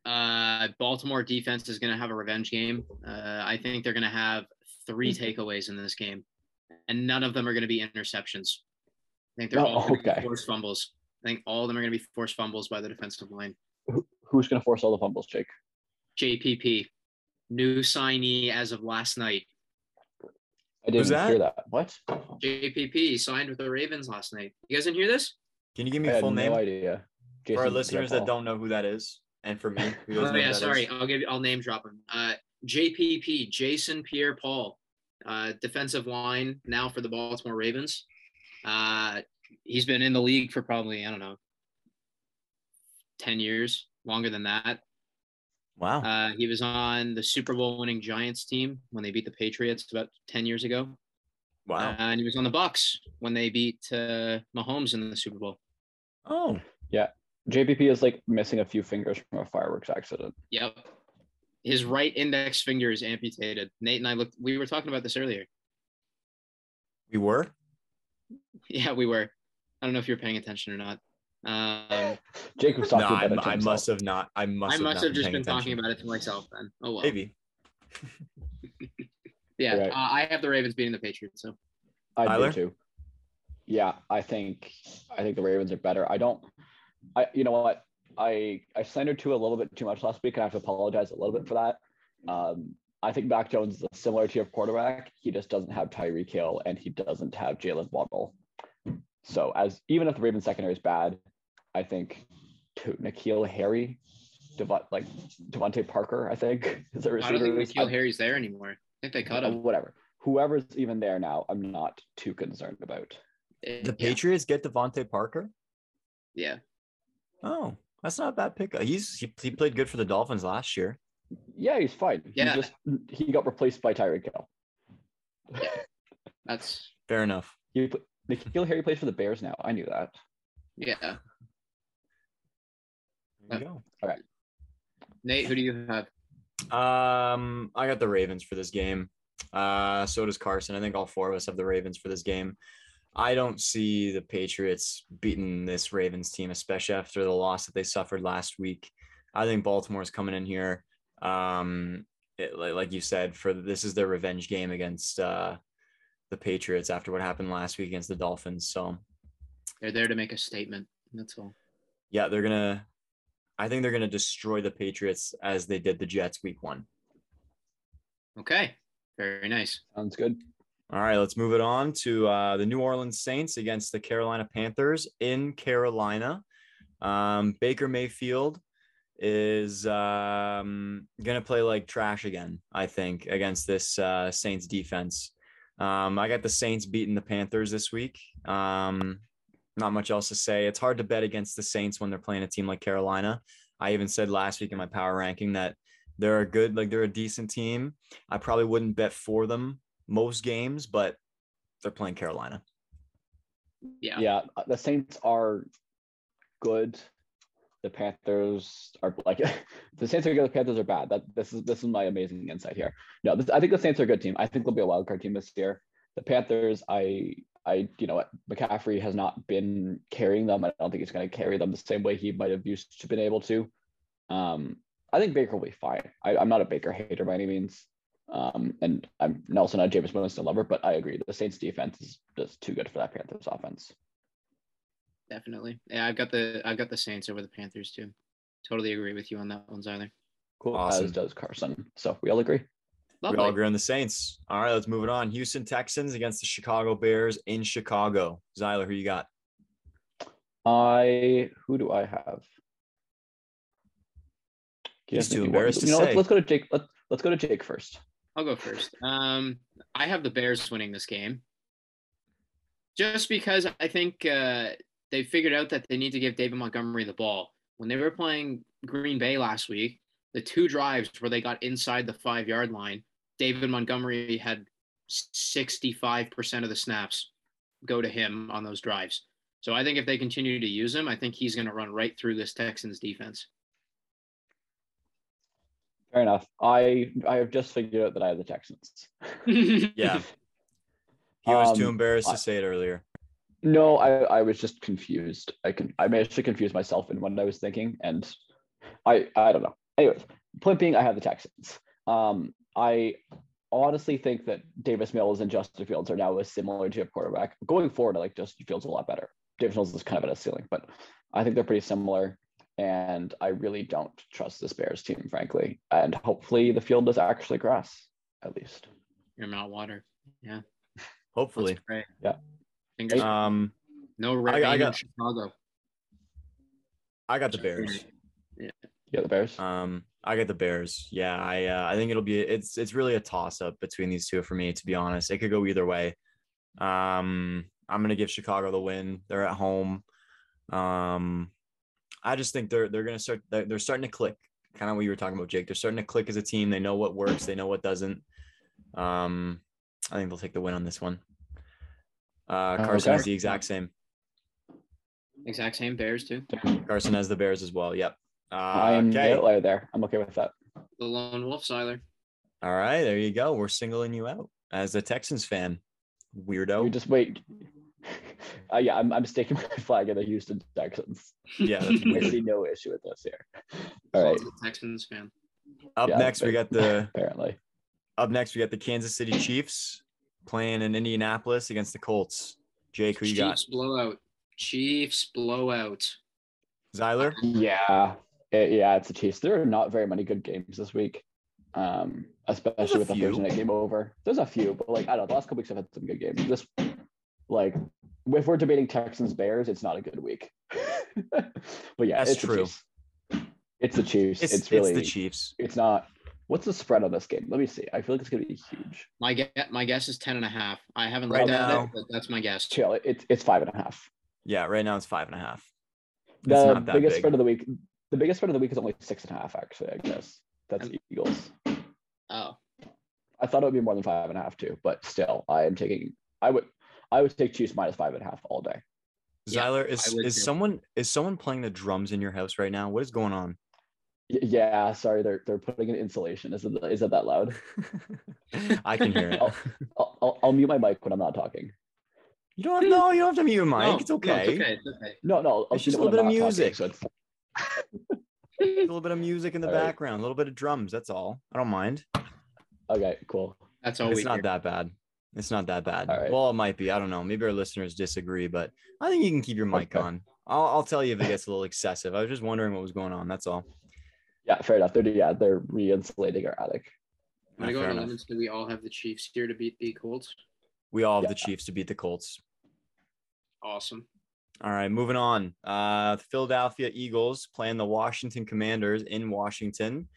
S3: Uh, Baltimore defense is going to have a revenge game. Uh, I think they're going to have three
S1: Hmm.
S3: takeaways in this game, and none of them are going to be interceptions. I think they're
S2: Oh,
S3: all going to
S2: okay.
S3: be forced fumbles. I think all of them are going to be forced fumbles by the defensive line.
S2: Who's gonna force all the fumbles, Jake?
S3: JPP, new signee as of last night.
S2: I didn't
S1: Who's that?
S2: hear that. What?
S3: JPP signed with the Ravens last night. You guys didn't hear this?
S1: Can you give
S2: I
S1: me
S2: had
S1: full
S2: no
S1: name?
S2: idea.
S1: for our
S2: Jason
S1: listeners that
S2: Pierre-Paul.
S1: don't know who that is, and for me, who doesn't
S3: Oh
S1: know who
S3: yeah,
S1: that
S3: sorry.
S1: is.
S3: I'll give you. I'll name drop him. Uh, JPP, Jason Pierre-Paul. uh, defensive line now for the Baltimore Ravens. Uh, he's been in the league for probably I don't know, ten years, longer than that.
S4: Wow.
S3: Uh, he was on the Super Bowl winning Giants team when they beat the Patriots about ten years ago,
S4: wow.
S3: Uh, and he was on the Bucks when they beat uh, Mahomes in the Super Bowl.
S4: oh,
S2: JPP is like missing a few fingers from a fireworks accident.
S3: Yep. His right index finger is amputated. Nate and I looked, we were talking about this earlier.
S1: We were.
S3: Yeah, we were. I don't know if you're paying attention or not. Um,
S2: Jacob's
S1: No,
S2: talking
S1: I,
S2: about it. to
S1: I
S2: himself.
S1: must have not. I must.
S3: I
S1: have,
S3: must
S1: not
S3: have just
S1: paying
S3: been talking
S1: attention.
S3: about it to myself then. Oh, well.
S1: Maybe
S3: Yeah,
S2: Right.
S3: uh, I have the Ravens beating the Patriots. So
S2: I
S1: Tyler?
S2: do too. Yeah, I think I think the Ravens are better. I don't. I you know what I I slandered two a little bit too much last week, and I have to apologize a little bit for that. Um, I think Mac Jones is a similar tier of quarterback. He just doesn't have Tyreek Hill, and he doesn't have Jalen Waddle. So as even if the Ravens secondary is bad, I think to Nikhil Harry, Devon, like Devontae Parker, I think is a
S3: I
S2: receiver.
S3: don't think
S2: who's-
S3: Nikhil Harry's there anymore. I think they cut
S2: uh,
S3: him.
S2: Whatever. Whoever's even there now, I'm not too concerned about.
S1: the
S3: yeah.
S1: Patriots get Devontae Parker.
S3: yeah.
S1: Oh, that's not a bad pick. He's he, he played good for the Dolphins last year.
S2: Yeah, he's fine.
S3: Yeah.
S2: He just he got replaced by Tyreek Hill.
S3: That's,
S1: Fair enough.
S2: He pl- Nikhil Harry plays for the Bears now. I knew that.
S3: yeah.
S1: There
S3: Uh,
S1: you
S3: Nate, who do you have?
S1: go. Um, I got the Ravens for this game. Uh, so does Carson. I think all four of us have the Ravens for this game. I don't see the Patriots beating this Ravens team, especially after the loss that they suffered last week. I think Baltimore's coming in here. Um, it- like, like you said, for this is their revenge game against uh, the Patriots after what happened last week against the Dolphins. So
S3: They're there to make a statement. That's all.
S1: yeah, they're gonna. I think they're gonna destroy the Patriots as they did the Jets week one.
S3: Okay. Very nice.
S2: Sounds good.
S1: All right, let's move it on to uh, the New Orleans Saints against the Carolina Panthers in Carolina. Um, Baker Mayfield is um, going to play like trash again, I think, against this uh, Saints defense. Um, I got the Saints beating the Panthers this week. Um, not much else to say. It's hard to bet against the Saints when they're playing a team like Carolina. I even said last week in my power ranking that they're a good, like they're a decent team. I probably wouldn't bet for them most games, but they're playing Carolina.
S3: Yeah.
S2: Yeah. uh, the Saints are good. The Panthers are like the Saints are good. The Panthers are bad. That this is this is my amazing insight here. No, this, I think the Saints are a good team. I think they'll be a wild card team this year. The Panthers, I I you know what McCaffrey has not been carrying them. I don't think he's going to carry them the same way he might have used to been able to. Um, I think Baker will be fine. I, I'm not a Baker hater by any means. Um, and I'm also not a James Winston lover, but I agree. The Saints defense is just too good for that Panthers offense.
S3: Definitely. Yeah, I've got the I've got the Saints over the Panthers too. Totally agree with you on that one, Zyler.
S2: Cool.
S1: Awesome.
S2: As does Carson. So we all agree.
S1: We all
S3: Lovely.
S1: agree on the Saints. All right, let's move it on. Houston Texans against the Chicago Bears in Chicago. Zyler, who you got?
S2: I who do I have?
S1: He's too
S2: You know,
S1: embarrassed to
S2: you know,
S1: say.
S2: Let's, let's go to Jake. Let's let's go to Jake first.
S3: I'll go first. Um, I have the Bears winning this game, just because I think uh, they figured out that they need to give David Montgomery the ball. When they were playing Green Bay last week, the two drives where they got inside the five yard line, David Montgomery had sixty five percent of the snaps go to him on those drives. So I think if they continue to use him, I think he's going to run right through this Texans defense.
S2: Fair enough. I I have just figured out that I have the Texans.
S1: Yeah. He was too
S2: Um,
S1: embarrassed
S2: I-
S1: to say it earlier.
S2: No, I, I was just confused. I can I managed to confuse myself in what I was thinking, and I I don't know. Anyways, point being, I have the Texans. Um, I honestly think that Davis Mills and Justin Fields are now a similar tier of quarterback. Going forward, I like Justin Fields a lot better. Davis Mills is kind of at a ceiling, but I think they're pretty similar. And I really don't trust this Bears team, frankly. And hopefully, the field is actually grass, at least.
S3: You're Mount Water.
S1: Hopefully.
S3: That's great.
S2: Yeah.
S3: Fingers
S1: Um, I-
S3: No
S1: I
S3: rain in
S1: got-
S3: Chicago.
S1: I got the Bears.
S2: Yeah, the Bears.
S1: Um, I got the Bears. Yeah, I uh, I think it'll be it's it's really a toss up between these two for me to be honest. It could go either way. Um, I'm gonna give Chicago the win. They're at home. Um, I just think they're they're gonna start they're, they're starting to click. Kind of what you were talking about, Jake. They're starting to click as a team. They know what works. They know what doesn't. Um, I think they'll take the win on this one. Uh,
S2: Oh,
S1: Carson
S2: okay.
S1: has the exact same.
S3: Exact same Bears too.
S1: Carson has the Bears as well. Yep.
S2: I
S1: Uh,
S2: am the
S1: okay.
S2: outlier there. I'm okay with that.
S3: The lone wolf, Siler.
S1: All right, there you go. We're singling you out as a Texans fan,
S2: You
S1: weirdo.
S2: Oh, just wait. Uh, yeah, I'm, I'm staking my flag at the Houston Texans.
S1: Yeah, that's
S2: I
S1: weird.
S2: see no issue with this here. All right,
S3: He's a Texans fan.
S1: Up
S2: Yeah,
S1: next, we got
S2: but-
S1: the
S2: apparently.
S1: up next we got the Kansas City Chiefs playing in Indianapolis against the Colts. Jake, who you got?
S3: Chiefs blowout. Chiefs blowout.
S1: Zyler.
S2: Yeah, Uh, it- yeah, it's the Chiefs. There are not very many good games this week, um,
S1: There's a
S2: especially with the
S1: few.
S2: Thursday night game over. There's a few, but like I don't know, the last couple weeks I've had some good games. This, like, if we're debating Texans Bears, it's not a good week. but yeah,
S1: That's
S2: it's the
S1: true.
S2: Chiefs. It's the Chiefs.
S1: It's,
S2: It's,
S1: it's,
S2: really
S1: the Chiefs.
S2: it's not. What's the spread on this game? Let me see. I feel like it's gonna be huge.
S3: My guess, my guess is 10 and a half. I haven't
S1: Right
S3: looked at
S1: now-
S3: it, but that's my guess.
S2: Chill. it- It's it's five and a half.
S1: Yeah, right now it's five and a half. It's
S2: The
S1: not that
S2: biggest
S1: big.
S2: spread of the week. The biggest spread of the week is only six and a half. Actually, I guess that's
S3: Um,
S2: Eagles.
S3: Oh,
S2: I thought it would be more than five and a half too, but still, I am taking. I would. I would take Chiefs minus five and a half all day.
S3: Yeah,
S1: Zyler, is
S3: would
S1: is
S3: too.
S1: someone is someone playing the drums in your house right now? What is going on?
S2: Y- yeah, sorry, they're they're putting in insulation. Is it is it that loud?
S1: I can hear it.
S2: Oh. I'll, I'll, I'll mute my mic when I'm not talking.
S1: You don't have, no, you don't have to mute your mic.
S3: No,
S1: it's
S3: no,
S1: okay.
S3: it's okay. It's okay.
S2: No, no, I'll, I'll
S1: It's just
S2: mute
S1: a
S2: it when
S1: little
S2: I'm
S1: bit of
S2: not talking,
S1: music.
S2: so it's-
S1: A little bit of music in the
S2: All right.
S1: background, a little bit of drums. That's all. I don't mind.
S2: okay, cool.
S3: That's all we
S1: it's not
S3: hear.
S1: that bad. It's not that bad.
S2: Oh, All right.
S1: Well, it might be. I don't know. Maybe our listeners disagree, but I think you can keep your mic
S2: Okay.
S1: on. I'll, I'll tell you if it gets a little excessive. I was just wondering what was going on. That's all.
S2: Yeah, fair enough. They're yeah, they're re-insulating our attic.
S3: I'm gonna
S1: Yeah,
S3: go
S1: fair
S3: on a
S1: enough.
S3: limb and say we all have the Chiefs here to beat the Colts.
S1: We all have
S2: Yeah.
S1: the Chiefs to beat the Colts.
S3: Awesome.
S1: All right, moving on. Uh, the Philadelphia Eagles playing the Washington Commanders in Washington.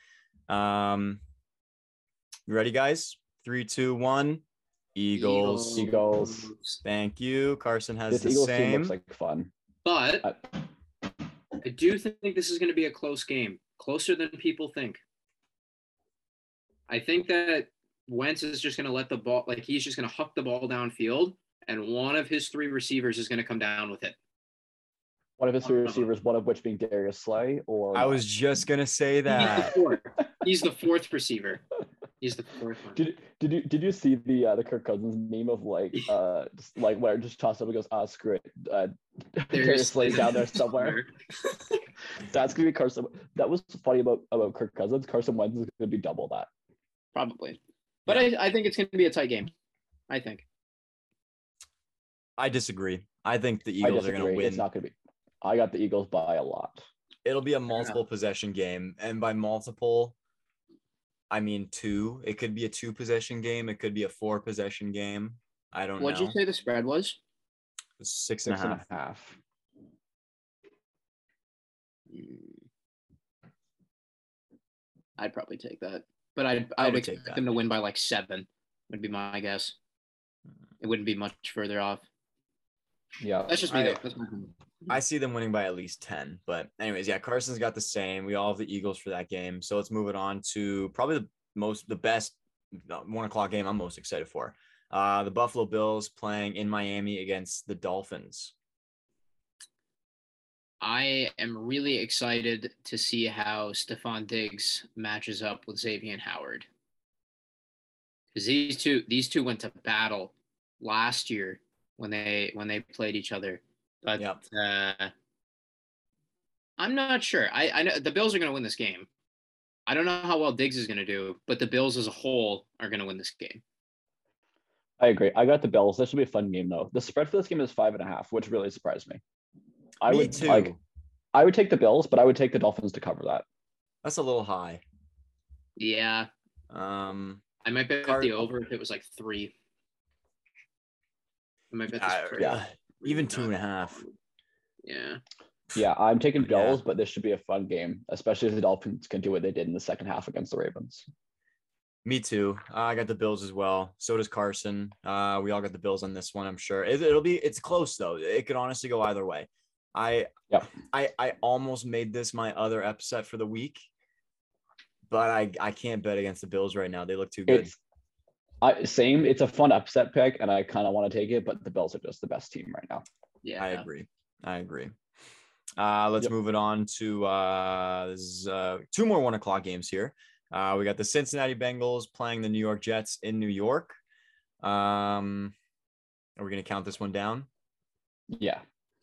S1: Um, you ready, guys? Three, two, one. Eagles.
S2: Eagles. Eagles.
S1: Thank you. Carson has
S2: This
S1: the
S2: Eagles team
S1: same.
S2: looks like fun.
S3: But
S2: Uh,
S3: I do think this is going to be a close game, closer than people think. I think that Wentz is just going to let the ball, like he's just going to huck the ball downfield, and one of his three receivers is going to come down with it.
S2: One of his three receivers, one of which being Darius Slay, or
S1: Oh. I was just gonna say
S3: He's the
S1: that.
S3: fourth. He's the fourth receiver. He's the fourth one.
S2: Did did you did you see the uh, the Kirk Cousins meme of like uh just, like where it just toss up and goes ah screw it uh Darius Slay down there somewhere that's gonna be Carson that was funny about about Kirk Cousins Carson Wentz is gonna be double that
S3: Probably. But I, I think it's going to be a tight game. I think.
S1: I disagree. I think the
S2: I
S1: Eagles are gonna
S2: disagree.
S1: win.
S2: it's not gonna be I got the Eagles by a lot
S1: It'll be a multiple possession game, and by multiple, I mean two. It could be a two possession game. It could be a four possession game. I don't
S3: What'd
S1: know.
S3: you say the spread was?
S1: Six and a
S2: six and
S1: half.
S2: a half
S3: Mm. I'd probably take that. But I'd,
S1: I
S3: I'd
S1: would take
S3: expect them
S1: that.
S3: to win by like seven, would be my guess.
S1: Mm.
S3: It wouldn't be much further off.
S2: yeah
S3: That's just me,
S1: I-
S3: though. That's my
S1: I see them winning by at least 10. But, anyways, yeah, Carson's got the same. We all have the Eagles for that game. So let's move it on to probably the most, the best uh, one o'clock game I'm most excited for. Uh, the Buffalo Bills playing in Miami against the Dolphins.
S3: I am really excited to see how Stefan Diggs matches up with Xavier Howard. Because these two these two went to battle last year when they when they played each other. But
S1: Yep.
S3: uh, I'm not sure. I, I know the Bills are gonna win this game. I don't know how well Diggs is gonna do, but the Bills as a whole are gonna win this game.
S2: I agree I got the Bills this should be a fun game though the spread for this game is five and a half which really surprised me I
S1: Me
S2: would
S1: too.
S2: like I would take the Bills but I would take the Dolphins to cover that
S1: That's a little high.
S3: Yeah.
S1: Um,
S3: I might bet
S1: Card-
S3: the over if it was like three. I might bet this
S1: I-
S3: three.
S1: yeah, even
S3: Not-
S1: two and a half.
S3: Yeah.
S2: Yeah, I'm taking
S4: Yeah.
S2: Dolls, but this should be a fun game, especially if the Dolphins can do what they did in the second half against the Ravens.
S1: Me too. Uh, I got the Bills as well. So does Carson. Uh, we all got the Bills on this one. I'm sure it, it'll be. It's close though. It could honestly go either way. I
S2: Yep.
S1: I I almost made this my other upset for the week, but I I can't bet against the Bills right now. They look too good.
S2: It's I, same. It's a fun upset pick, and I kind of want to take it, but the Bills are just the best team right now.
S3: Yeah.
S1: I agree. I agree. Uh, let's
S2: Yep.
S1: move it on to uh, this is, uh, two more one o'clock games here. Uh, we got the Cincinnati Bengals playing the New York Jets in New York. Um, are we going to count this one down?
S2: Yeah,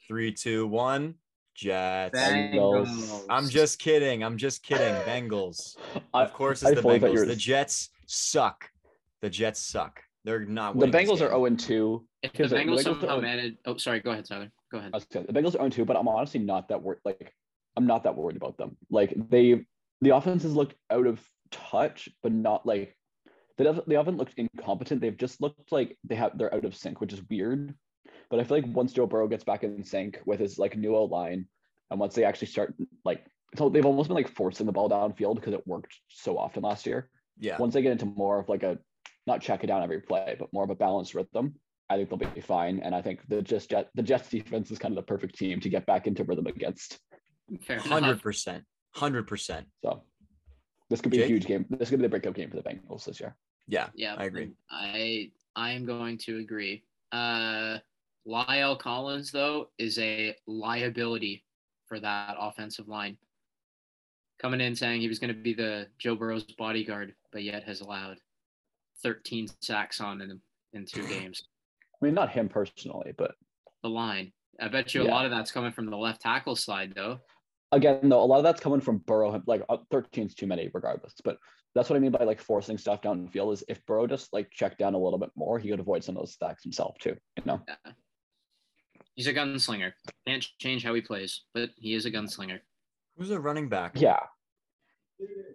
S1: Three, two, one. Jets.
S2: Bang.
S3: Bengals.
S1: I'm just kidding. I'm just kidding. Bengals.
S2: I-
S1: Of course,
S2: I
S1: it's the
S2: fully thought you
S1: Bengals.
S2: were-
S1: The Jets suck. The Jets suck. They're not.
S2: the
S1: winning this
S2: Bengals are
S1: game.
S2: 0 2.
S3: If the
S2: Here's a-
S3: Bengals
S2: like,
S3: somehow
S2: look-
S3: managed, oh sorry, go ahead, Tyler. Go ahead.
S2: I was gonna- The Bengals are 0 2, but I'm honestly not that worried. Like, I'm not that worried about them. Like, they, the offense has looked out of touch, but not like, they, def- they haven't looked incompetent. They've just looked like they have, they're out of sync, which is weird. But I feel like once Joe Burrow gets back in sync with his like new O line, and once they actually start like, so they've almost been like forcing the ball downfield because it worked so often last year.
S1: Yeah.
S2: once they get into more of like a not check it down every play, but more of a balanced rhythm, I think they'll be fine. And I think the just Jet, the Jets defense is kind of the perfect team to get back into rhythm against.
S3: Fair enough.
S1: Hundred percent. Hundred percent.
S2: So this could be
S1: Jake?
S2: a huge game. This could be the breakout game for the Bengals this year.
S1: Yeah.
S3: Yeah,
S1: I agree.
S3: I I am going to agree. Uh, Lyle Collins though is a liability for that offensive line. Coming in saying he was going to be the Joe Burrow's bodyguard, but yet has allowed 13 sacks on him in two games.
S2: I mean, not him personally, but
S3: The line. I bet you a
S2: Yeah.
S3: lot of that's coming from the left tackle slide though.
S2: again, though, a lot of that's coming from Burrow. Like uh, 13 is too many, regardless. But that's what I mean by like forcing stuff downfield. Is if Burrow just like checked down a little bit more, he could avoid some of those sacks himself too. You know,
S3: He's a gunslinger. Can't change how he plays, but he is a gunslinger.
S1: Who's a running back?
S2: yeah.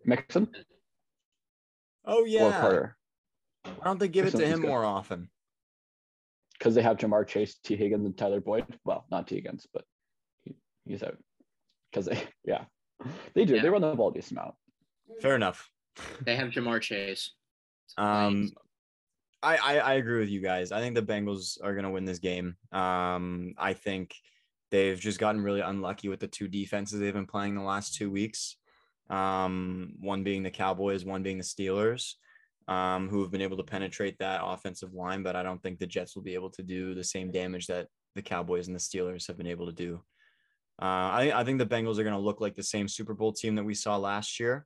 S2: Mixon
S1: Oh
S2: or
S1: yeah.
S2: Carter.
S1: Why don't they give it to
S2: Mixon's
S1: him
S2: good.
S1: more often?
S2: because they have Jamar Chase, T. Higgins, and Tyler Boyd. Well, not T. Higgins, but he, he's out because they, yeah, they do. They
S3: Yeah.
S2: run the ball a decent amount.
S1: Fair enough.
S3: They have Jamar Chase.
S1: Um, I, I I agree with you guys. I think the Bengals are gonna win this game. Um, I think they've just gotten really unlucky with the two defenses they've been playing the last two weeks. Um, one being the Cowboys, one being the Steelers, um, who have been able to penetrate that offensive line, but I don't think the Jets will be able to do the same damage that the Cowboys and the Steelers have been able to do. Uh, I I think the Bengals are gonna look like the same Super Bowl team that we saw last year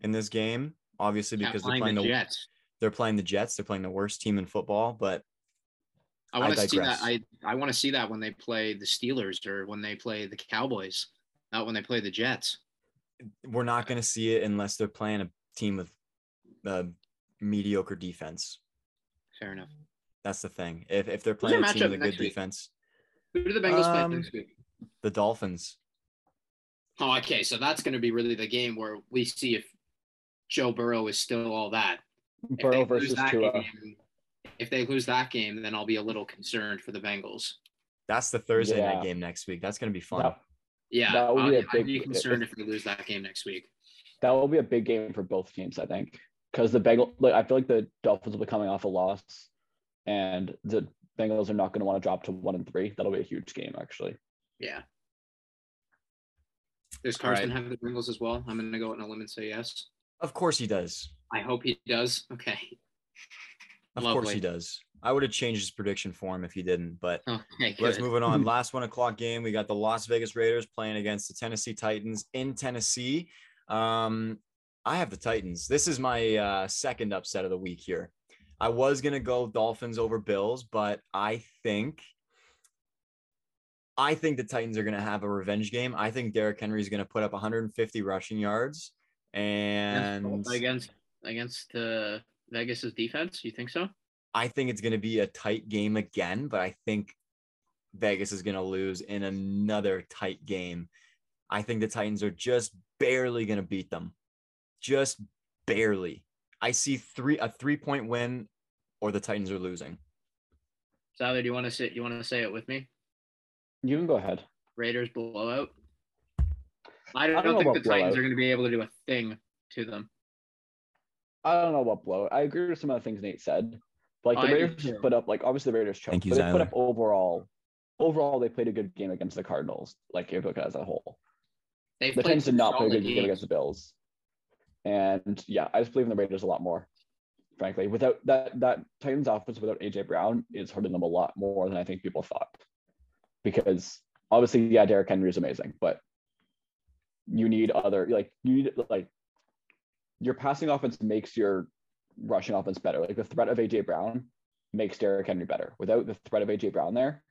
S1: in this game. Obviously, because they're playing the,
S3: Jets.
S1: they're playing the Jets. They're playing the worst team in football, but
S3: I
S1: I
S3: want to see that.
S1: digress.
S3: I, I want to see that when they play the Steelers or when they play the Cowboys, not when they play the Jets.
S1: we're not going to see it unless they're playing a team with uh, mediocre defense.
S3: Fair enough.
S1: That's the thing. If, if they're
S3: Who's their
S1: playing a team
S3: matchup
S1: with a
S3: next
S1: good
S3: week?
S1: defense,
S3: Who do the Bengals
S1: Um,
S3: play next week?
S1: the Dolphins.
S3: Oh, okay. So that's going to be really the game where we see if Joe Burrow is still all that. If
S2: Burrow
S3: they lose
S2: versus
S3: that
S2: Tua.
S3: game- if they lose that game, then I'll be a little concerned for the Bengals.
S1: That's the Thursday
S2: Yeah.
S1: night game next week. That's going to be fun.
S2: That,
S3: Yeah,
S2: That would be
S3: I'd,
S2: a
S3: I'd
S2: big-
S3: be concerned if we lose that game next week.
S2: that will be a big game for both teams, I think, because the Bengals. Like, I feel like the Dolphins will be coming off a loss, and the Bengals are not going to want to drop to one and three. That'll be a huge game, actually.
S3: Yeah. Does
S1: All right.
S3: Carson have the Bengals as well? I'm going to go out on a limb and say yes.
S1: Of course he does.
S3: I hope he does. Okay.
S1: Of course
S3: Lovely.
S1: he does. I would have changed his prediction for him if he didn't, but
S3: Okay.
S1: Let's
S3: good.
S1: move it on. Last one o'clock game. We got the Las Vegas Raiders playing against the Tennessee Titans in Tennessee. Um, I have the Titans. This is my uh, second upset of the week here. I was gonna go Dolphins over Bills, but I think I think the Titans are gonna have a revenge game. I think Derrick Henry is gonna put up 150 rushing yards, and
S3: against against uh, Vegas's defense, you think so?
S1: I think it's going to be a tight game again, but I think Vegas is going to lose in another tight game. I think the Titans are just barely going to beat them. Just barely. I see three a 3-point win or the Titans are losing.
S3: Tyler, do you want to sit? You want to say it with me?
S2: You can go ahead.
S3: Raiders blowout. I don't,
S2: I don't know
S3: think
S2: about
S3: the Titans
S2: blowout.
S3: are going to be able to do a thing to them.
S2: I don't know about blowout. I agree with some of the things Nate said. But, like the
S3: I do
S2: Raiders
S3: too.
S2: just put up like obviously the Raiders choked,
S4: Thank you,
S2: but they put
S4: Zyler.
S2: up overall. Overall, they played a good game against the Cardinals. Like if you look at it as a whole,
S3: They've
S2: the
S3: played
S2: Titans did not play a
S3: solid
S2: good game
S3: games.
S2: against the Bills. And yeah, I just believe in the Raiders a lot more. Frankly, without that that Titans offense without AJ Brown is hurting them a lot more than I think people thought. Because obviously, yeah, Derrick Henry is amazing, but you need other like you need like your passing offense makes your rushing offense better. Like the threat of AJ Brown makes Derrick Henry better. Without the threat of AJ Brown there,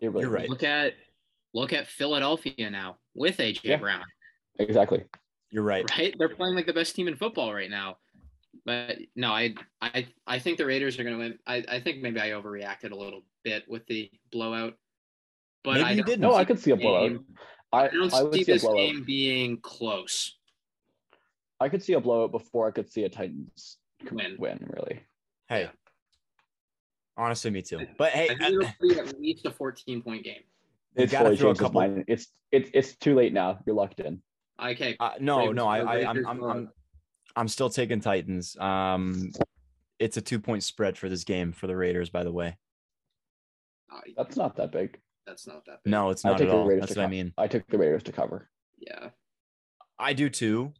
S2: it really
S1: You're right.
S3: Look at look at Philadelphia now with AJ
S2: Yeah.
S3: Brown.
S2: exactly.
S1: You're right.
S3: right? They're playing like the best team in football right now. But no, I I I think the Raiders are going to win. I, I think maybe I overreacted a little bit with the blowout. But
S1: Maybe
S3: I
S1: you
S3: don't
S1: didn't.
S2: No,
S3: see
S2: I could see a
S3: the
S2: blowout.
S3: game-
S2: I,
S3: I don't
S2: I would
S3: see
S2: see a
S3: this
S2: blowout.
S3: game being close.
S2: I could see a blowout before I could see a Titans
S3: Win.
S2: win, really.
S1: Hey. Honestly, me too. But hey,
S3: I think it'll be at least a 14 point game.
S1: you
S2: It's
S1: gotta
S2: fully
S1: throw a
S2: changed his
S1: couple.
S2: mind. It's it's it's too late now. You're locked in.
S3: Okay.
S1: Uh, no,
S3: Ravens
S1: no, I,
S3: or
S1: I, I'm,
S3: Lakers
S1: I'm,
S3: or-
S1: I'm, I'm still taking Titans. Um, it's a two point spread for this game for the Raiders. By the way,
S3: uh,
S2: That's not that big.
S3: that's not that big.
S1: no, it's
S2: I
S1: not
S2: take
S1: at
S2: the
S1: all.
S2: Raiders
S1: That's
S2: to
S1: what I
S2: co-
S1: mean.
S2: I took the Raiders to cover.
S3: Yeah.
S1: I do too.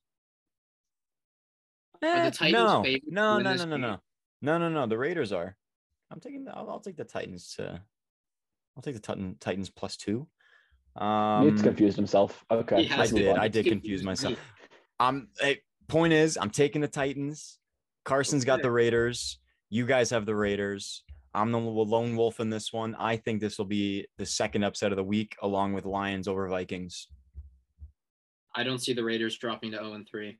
S3: Are
S1: Eh,
S3: the Titans
S1: no,
S3: favored to
S1: no,
S3: win
S1: no,
S3: this
S1: no, no, no,
S3: game?
S1: no, no, no. The Raiders are. I'm taking. The, I'll, I'll take the Titans. To, I'll take the Titan, Titans plus two. Um,
S2: Nate's confused himself. Okay.
S3: Yeah,
S1: I
S2: let's move
S1: did.
S2: on.
S1: I did confuse myself. I'm. Hey, point is, I'm taking the Titans. Carson's got the Raiders. You guys have the Raiders. I'm the lone wolf in this one. I think this will be the second upset of the week, along with Lions over Vikings.
S3: I don't see the Raiders dropping to 0 and 3.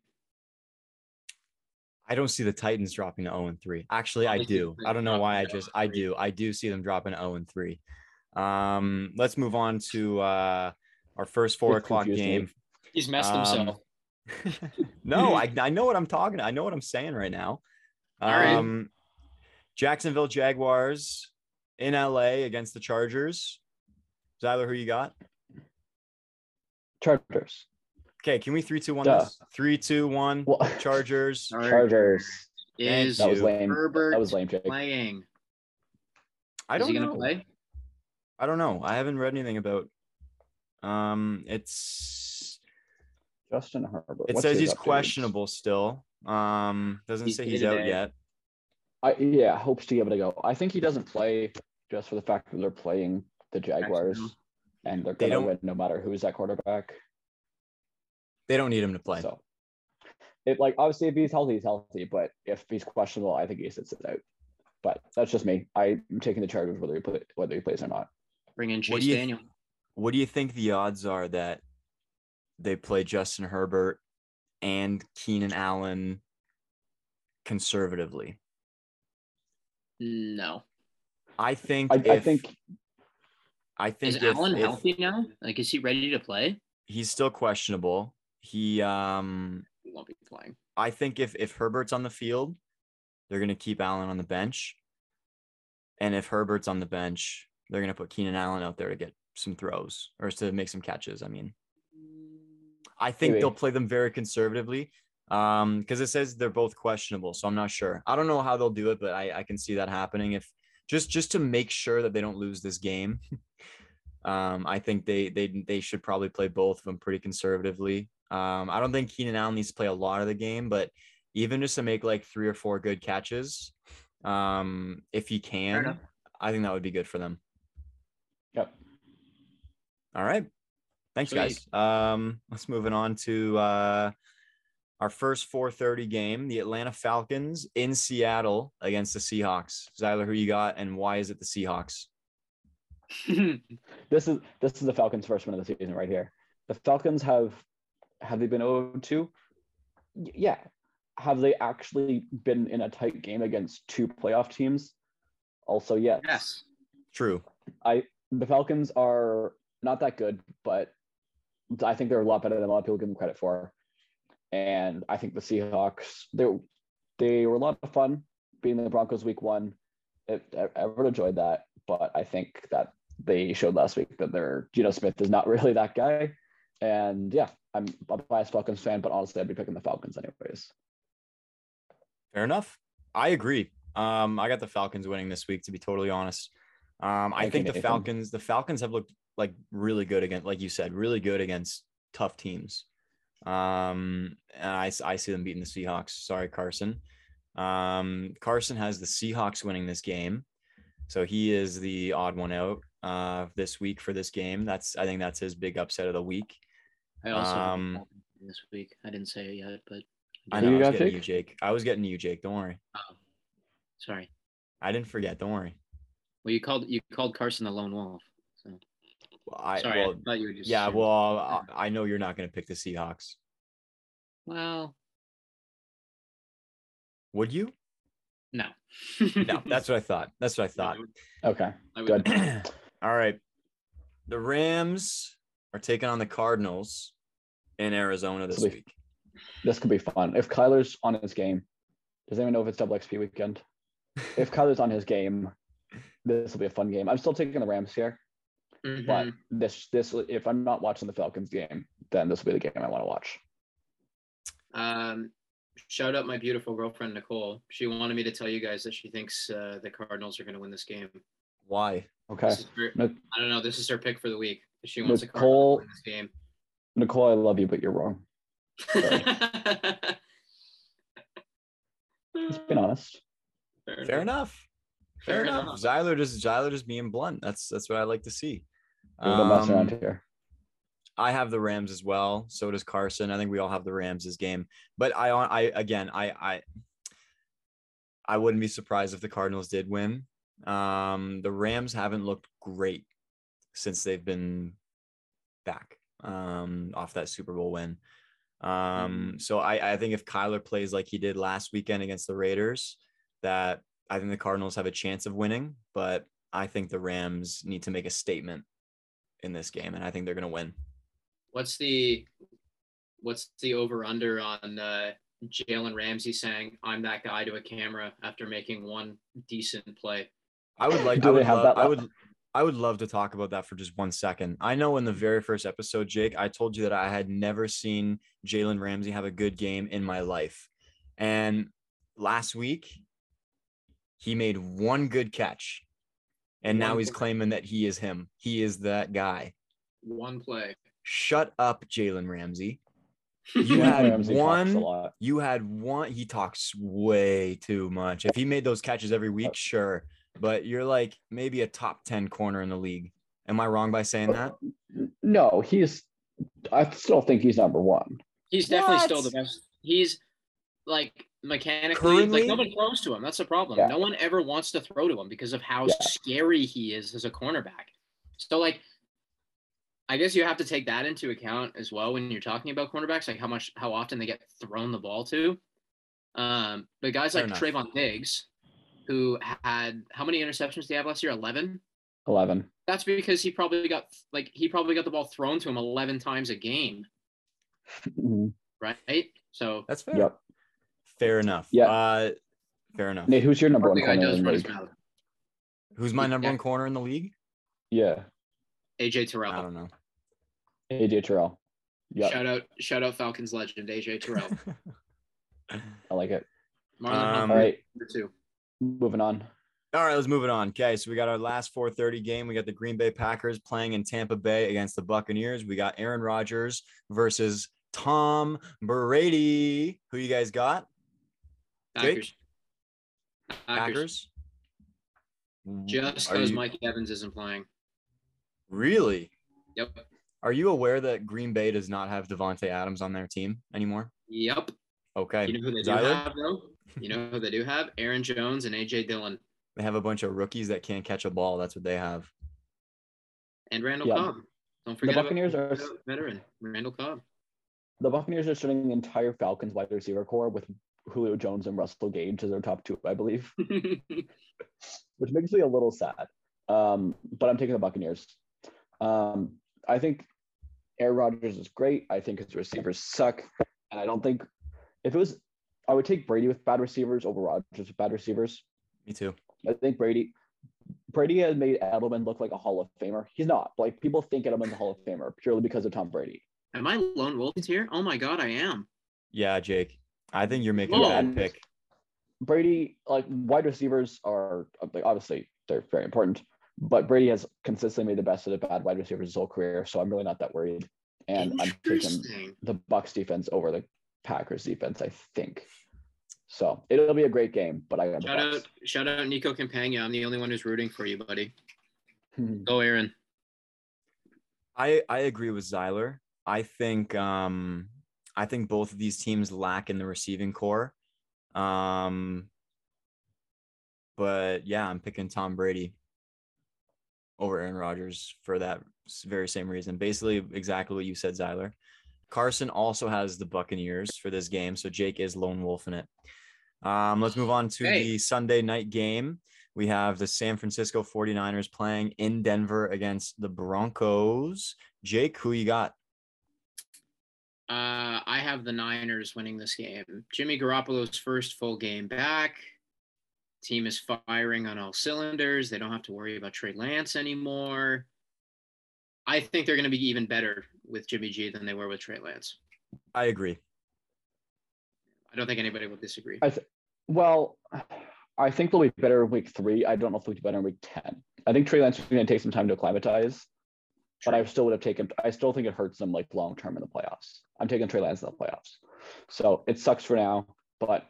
S1: I don't see the Titans dropping to 0 and 3. Actually, I
S3: I see
S1: do.
S3: them
S1: I don't know why I
S3: dropping to
S1: just I
S3: 0-3.
S1: do. I do see them dropping to 0 and 3. Um, let's move on to uh our first four
S2: It's
S1: o'clock
S2: confusing.
S1: game.
S3: He's messed himself.
S1: Um, no, I, I know what I'm talking. I know what I'm saying right now.
S3: All right.
S1: Um, Jacksonville Jaguars in LA against the Chargers. Zyler, who you got?
S2: Chargers.
S1: Okay, can we three, two, one?
S2: Duh.
S1: This? Three, two, one.
S2: Well,
S1: Chargers.
S2: Chargers.
S1: Thank
S3: Is
S2: That was lame.
S3: Herbert
S2: That was lame, Jake.
S3: playing?
S1: I
S3: Is
S1: don't
S3: he going
S1: know.
S3: to play?
S1: I don't know. I haven't read anything about. Um, it's
S2: Justin Herbert.
S1: it
S2: What's
S1: says
S2: his
S1: he's
S2: updates?
S1: questionable still. Um, doesn't
S3: He's
S1: say he's
S3: day-to-day.
S1: out yet.
S2: I yeah, hopes to give it a go. I think he doesn't play just for the fact that they're playing the Jaguars
S3: Jacksonville.
S2: and they're
S1: They
S2: gonna
S1: don't-
S2: win no matter who's at quarterback.
S1: They don't need him to play.
S2: So it like obviously if he's healthy, he's healthy, but if he's questionable, I think he sits it out. But that's just me. I'm taking the Chargers whether he play, whether he plays or not.
S3: Bring in
S1: What
S3: Chase
S1: do you-
S3: Daniel.
S1: What do you think the odds are that they play Justin Herbert and Keenan Allen conservatively?
S3: No.
S1: I think.
S2: I, I
S1: if-
S2: think
S1: I
S3: Is
S1: think. if-
S3: Allen
S1: if
S3: healthy now? Like, is he ready to play?
S1: He's still questionable. He um
S3: He won't be playing.
S1: I think if if Herbert's on the field, they're gonna keep Allen on the bench. And if Herbert's on the bench, they're gonna put Keenan Allen out there to get some throws or to make some catches. I mean, I think
S2: Maybe.
S1: they'll play them very conservatively. Um, because it says they're both questionable, so I'm not sure. I don't know how they'll do it, but I, I can see that happening if just just to make sure that they don't lose this game. um, I think they they they should probably play both of them pretty conservatively. Um, I don't think Keenan Allen needs to play a lot of the game, but even just to make like three or four good catches, um, if he can,
S3: enough.
S1: I think that would be good for them.
S2: yep.
S1: All right. Thanks, guys. Um, let's moving on to uh, our first 4:30 game: the Atlanta Falcons in Seattle against the Seahawks. Zyler, who you got, and why is it the Seahawks?
S2: This is this is the Falcons' first win of the season right here. The Falcons have have they been 0-2? Y- Yeah. Have they actually been in a tight game against two playoff teams? Also, yes.
S3: yes.
S1: True.
S2: the Falcons are not that good, but I think they're a lot better than a lot of people give them credit for. And I think the Seahawks, they they were a lot of fun beating the Broncos week one. It, I, I would enjoyed that, but I think that they showed last week that their Geno Smith is not really that guy. And yeah, I'm a biased Falcons fan, but honestly, I'd be picking the Falcons anyways.
S1: Fair enough. I agree. Um, I got the Falcons winning this week. To be totally honest, um, I
S2: Thank
S1: think
S2: you,
S1: the
S2: Nathan.
S1: Falcons. The Falcons have looked like really good against, like you said, really good against tough teams. Um, and I, s- I see them beating the Seahawks. Sorry, Carson. Um, Carson has the Seahawks winning this game, so he is the odd one out uh, this week for this game. That's I think that's his big upset of the week.
S3: I also have
S1: Um,
S3: Falcons this week. I didn't say it yet, but
S1: I
S2: Who
S1: know I
S2: you
S1: was
S2: got,
S1: getting you,
S2: Jake?
S1: Jake. I was getting you, Jake. Don't worry.
S3: um, sorry.
S1: I didn't forget. Don't worry.
S3: Well, you called you called Carson the lone wolf. So
S1: I,
S3: sorry,
S1: well,
S3: I thought you were just
S1: Yeah,
S3: saying-
S1: well, I, I know you're not going to pick the Seahawks.
S3: well,
S1: Would you?
S3: no,
S1: No, that's what I thought. That's what I thought.
S2: Okay.
S3: I would-
S2: Good.
S1: All right. The Rams are taking on the Cardinals in Arizona this
S2: Sweet.
S1: week.
S2: This could be fun. If Kyler's on his game, does anyone know if it's double XP weekend? If Kyler's on his game, this will be a fun game. I'm still taking the Rams here,
S3: Mhm.
S2: but
S1: Mm-hmm.
S2: this this if I'm not watching the Falcons game, then this will be the game I want to watch.
S3: Um, shout out my beautiful girlfriend Nicole. She wanted me to tell you guys that she thinks uh, the Cardinals are going to win this game.
S1: Why?
S2: Okay.
S3: This is her-
S2: Nic-
S3: I don't know. This is her pick for the week. She wants
S2: Nicole-
S3: the Cardinals to win
S2: Nicole, I love you, but you're wrong.
S3: this game.
S2: Just being honest.
S1: Fair enough. Fair,
S3: Fair
S1: enough.
S3: enough.
S1: Zyler just Zyler just being blunt. That's that's what I like to see.
S2: We don't mess around
S1: Um,
S2: here.
S1: I have the Rams as well. So does Carson. I think we all have the Rams this game. But I on I again I I I wouldn't be surprised if the Cardinals did win. Um, the Rams haven't looked great since they've been back um, off that Super Bowl win. Um, so I, I think if Kyler plays like he did last weekend against the Raiders, that I think the Cardinals have a chance of winning. But I think the Rams need to make a statement in this game, and I think they're going to win.
S3: What's the what's the over under on uh, Jalen Ramsey saying "I'm that guy" to a camera after making one decent play?
S1: I would like.
S2: Do
S1: I
S2: they
S1: would
S2: have
S1: love,
S2: that
S1: I
S2: lo-
S1: would. I would love to talk about that for just one second. I know in the very first episode, Jake, I told you that I had never seen Jalen Ramsey have a good game in my life, and last week he made one good catch, and now
S3: One
S1: he's
S3: good-
S1: claiming that he is him. He is that guy.
S3: One play.
S1: Shut up, Jalen Ramsey. You
S2: Jalen
S1: had
S2: Ramsey talks
S1: one
S2: a lot.
S1: you had one he talks way too much if he made those catches every week sure but you're like maybe a top 10 corner in the league am i wrong by saying that
S2: No, he's. I still think he's number one.
S3: He's definitely still
S1: What?
S3: the best. He's like mechanically,
S1: Currently?
S3: like no one throws to him. That's the problem.
S2: Yeah.
S3: No one ever wants to throw to him because of how
S2: Yeah.
S3: scary he is as a cornerback. So like, I guess you have to take that into account as well when you're talking about cornerbacks, like how much, how often they get thrown the ball to. Um, but guys
S1: Fair
S3: like
S1: enough.
S3: Trayvon Diggs, who had how many interceptions did he have last year? Eleven.
S2: Eleven.
S3: That's because he probably got like he probably got the ball thrown to him eleven times a game,
S2: Mhm.
S3: right? So
S1: that's fair
S2: Yep.
S1: fair enough
S2: Yeah.
S1: uh, fair enough
S2: Nate, who's your number one
S3: the guy
S2: corner
S3: does
S2: in the
S3: run his
S2: league?
S3: mouth.
S1: who's my number
S3: Yeah.
S1: one corner in the league
S2: Yeah,
S3: AJ
S1: i
S3: Terrell.
S1: don't know
S2: AJ Terrell. Yeah,
S3: Shout out, shout out Falcons legend AJ Terrell.
S2: I like it.
S3: Marlon
S1: Um,
S2: All
S3: Humphrey,
S2: right,
S3: number two.
S2: moving on.
S1: all right let's move it on okay so we got our last 4.30 game we got the green bay packers playing in tampa bay against the buccaneers we got aaron rodgers versus tom brady who you guys got
S3: Packers. Packers.
S1: packers
S3: Just
S1: Are
S3: because
S1: you-
S3: Mike Evans isn't playing.
S1: Really?
S3: Yep.
S1: Are you aware that Green Bay does not have Devonte Adams on their team anymore?
S3: Yep.
S1: Okay.
S3: You know who they do
S1: Zyler?
S3: have though? You know who they do have? Aaron Jones and AJ Dillon
S1: They have a bunch of rookies that can't catch a ball. That's what they have.
S3: and Randall
S2: Yeah.
S3: Cobb. Don't forget
S2: Buccaneers
S3: about
S2: are-
S3: about veteran Randall Cobb.
S2: The Buccaneers are starting the entire Falcons wide receiver core with Julio Jones and Russell Gage as their top two, I believe,
S3: Hmm.
S2: which makes me a little sad. Um, but I'm taking the Buccaneers. Um, I think Aaron Rodgers is great. I think his receivers suck, and I don't think if it was, I would take Brady with bad receivers over Rodgers with bad receivers.
S1: Me too.
S2: I think Brady Brady has made Edelman look like a Hall of Famer. He's not. Like people think Edelman's a Hall of Famer purely because of Tom Brady.
S3: Am I lone wolf here? Oh my god, I am.
S1: Yeah, Jake. I think you're making
S3: Whoa.
S1: a bad pick.
S2: Brady, like wide receivers are like obviously they're very important, but Brady has consistently made the best of the bad wide receivers his whole career, so I'm really not that worried. And I'm taking
S3: Interesting.
S2: the Bucks defense over the Packers defense, I think. So it'll be a great game, but I got the
S3: Shout
S2: Bucks.
S3: out, shout out, Nico Campagna. I'm the only one who's rooting for you, buddy. Go, Aaron.
S1: I I agree with Zyler. I think um I think both of these teams lack in the receiving core. Um but yeah, I'm picking Tom Brady over Aaron Rodgers for that s- very same reason. Basically exactly what you said, Zyler. Carson also has the Buccaneers for this game, so Jake is lone wolf in it. Um, let's move on to
S3: Hey.
S1: the Sunday night game. We have the San Francisco 49ers playing in Denver against the Broncos. Jake, who you got?
S3: Uh, I have the Niners winning this game. Jimmy Garoppolo's first full game back. Team is firing on all cylinders. They don't have to worry about Trey Lance anymore. I think they're going to be even better with Jimmy G than they were with Trey Lance.
S1: I agree.
S3: I don't think anybody will disagree.
S2: I- Well, I think they'll be better in week three. I don't know if they'll be better in week ten. I think Trey Lance is going to take some time to acclimatize, but I still would have taken. I still think it hurts them like long term in the playoffs. I'm taking Trey Lance in the playoffs, so it sucks for now. But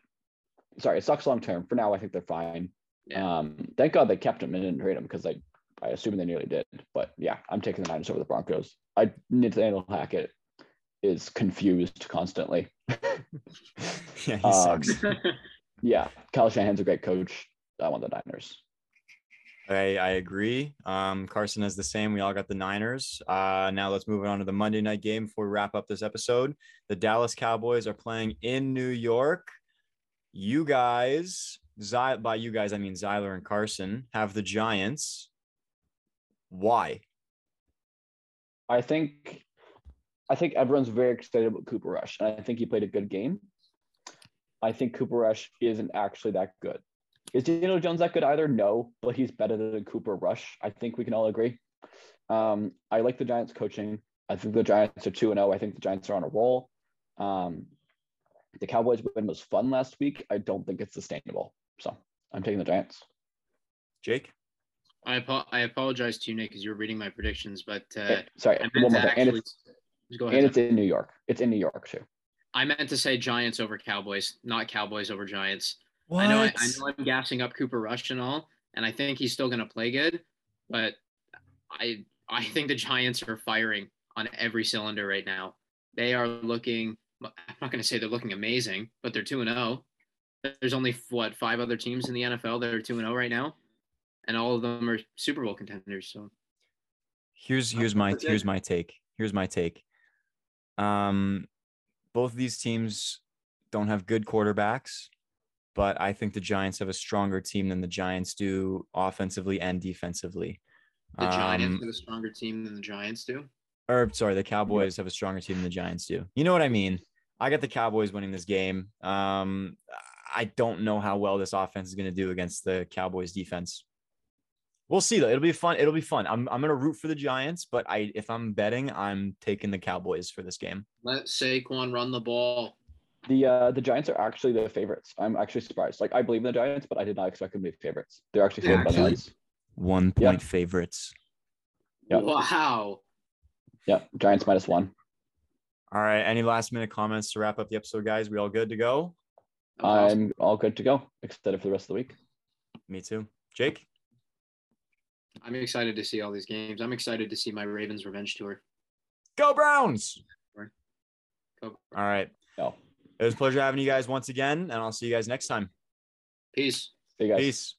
S2: sorry, it sucks long term. For now, I think they're fine.
S3: Yeah.
S2: Um, thank God they kept him and didn't trade him because I, I assume they nearly did. But yeah, I'm taking the Niners over the Broncos. I Nathaniel Hackett is confused constantly.
S1: Yeah, he
S2: Um,
S1: sucks.
S2: Yeah, Kyle Shanahan's a great coach. I want the Niners.
S1: I, I agree. Um, Carson has the same. We all got the Niners. Uh, now let's move on to the Monday night game before we wrap up this episode. The Dallas Cowboys are playing in New York. You guys, Zy- by you guys, I mean Zyler and Carson, have the Giants. Why?
S2: I think I think everyone's very excited about Cooper Rush. And I think he played a good game. I think Cooper Rush isn't actually that good. Is Daniel Jones that good either? No, but he's better than Cooper Rush. I think we can all agree. Um, I like the Giants coaching. I think the Giants are 2 0. I think the Giants are on a roll. Um, the Cowboys win was fun last week. I don't think it's sustainable. So I'm taking the Giants.
S1: Jake?
S3: I, apo- I apologize to you, Nick, because you were reading my predictions, but uh,
S2: Eh, Sorry,
S3: I meant
S2: one more
S3: to
S2: thing. And
S3: actually.
S2: it's,
S3: Go
S2: and
S3: ahead.
S2: it's in New York. It's in New York, too.
S3: I meant to say Giants over Cowboys, not Cowboys over Giants. I know, I, I know I'm gassing up Cooper Rush and all, and I think he's still going to play good, but I I think the Giants are firing on every cylinder right now. They are looking. I'm not going to say they're looking amazing, but they're two and zero. There's only what five other teams in the NFL that are two and zero right now, and all of them are Super Bowl contenders. So
S1: here's here's my
S3: that's it.
S1: here's my take. Here's my take. Um, both of these teams don't have good quarterbacks, but I think the Giants have a stronger team than the Giants do offensively and defensively.
S3: the Giants
S1: Um,
S3: are the stronger team than the Giants do.
S1: or sorry, the Cowboys have a stronger team than the Giants do. You know what I mean? I got the Cowboys winning this game. Um, I don't know how well this offense is going to do against the Cowboys defense. We'll see though. It'll be fun. It'll be fun. I'm I'm going to root for the Giants, but I if I'm betting, I'm taking the Cowboys for this game.
S3: Let Saquon run the ball.
S2: The uh, the Giants are actually the favorites. I'm actually surprised. Like I believe in the Giants, but I did not expect them to be favorites. They're actually
S3: They're
S2: favored by the
S3: actually-
S2: Lions.
S1: One
S2: Yeah.
S1: point favorites.
S2: Yeah.
S3: Wow.
S2: Yeah, Giants minus one.
S1: All right. Any last minute comments to wrap up the episode, guys? We all good to go?
S3: That was awesome.
S2: I'm all good to go, except for the rest of the week.
S1: Me too. Jake,
S3: I'm excited to see all these games. I'm excited to see my Ravens revenge tour.
S1: go Browns.
S3: Go.
S1: All right.
S2: No,
S1: It was a pleasure having you guys once again, and I'll see you guys next time.
S3: Peace.
S2: see you guys.
S1: Peace.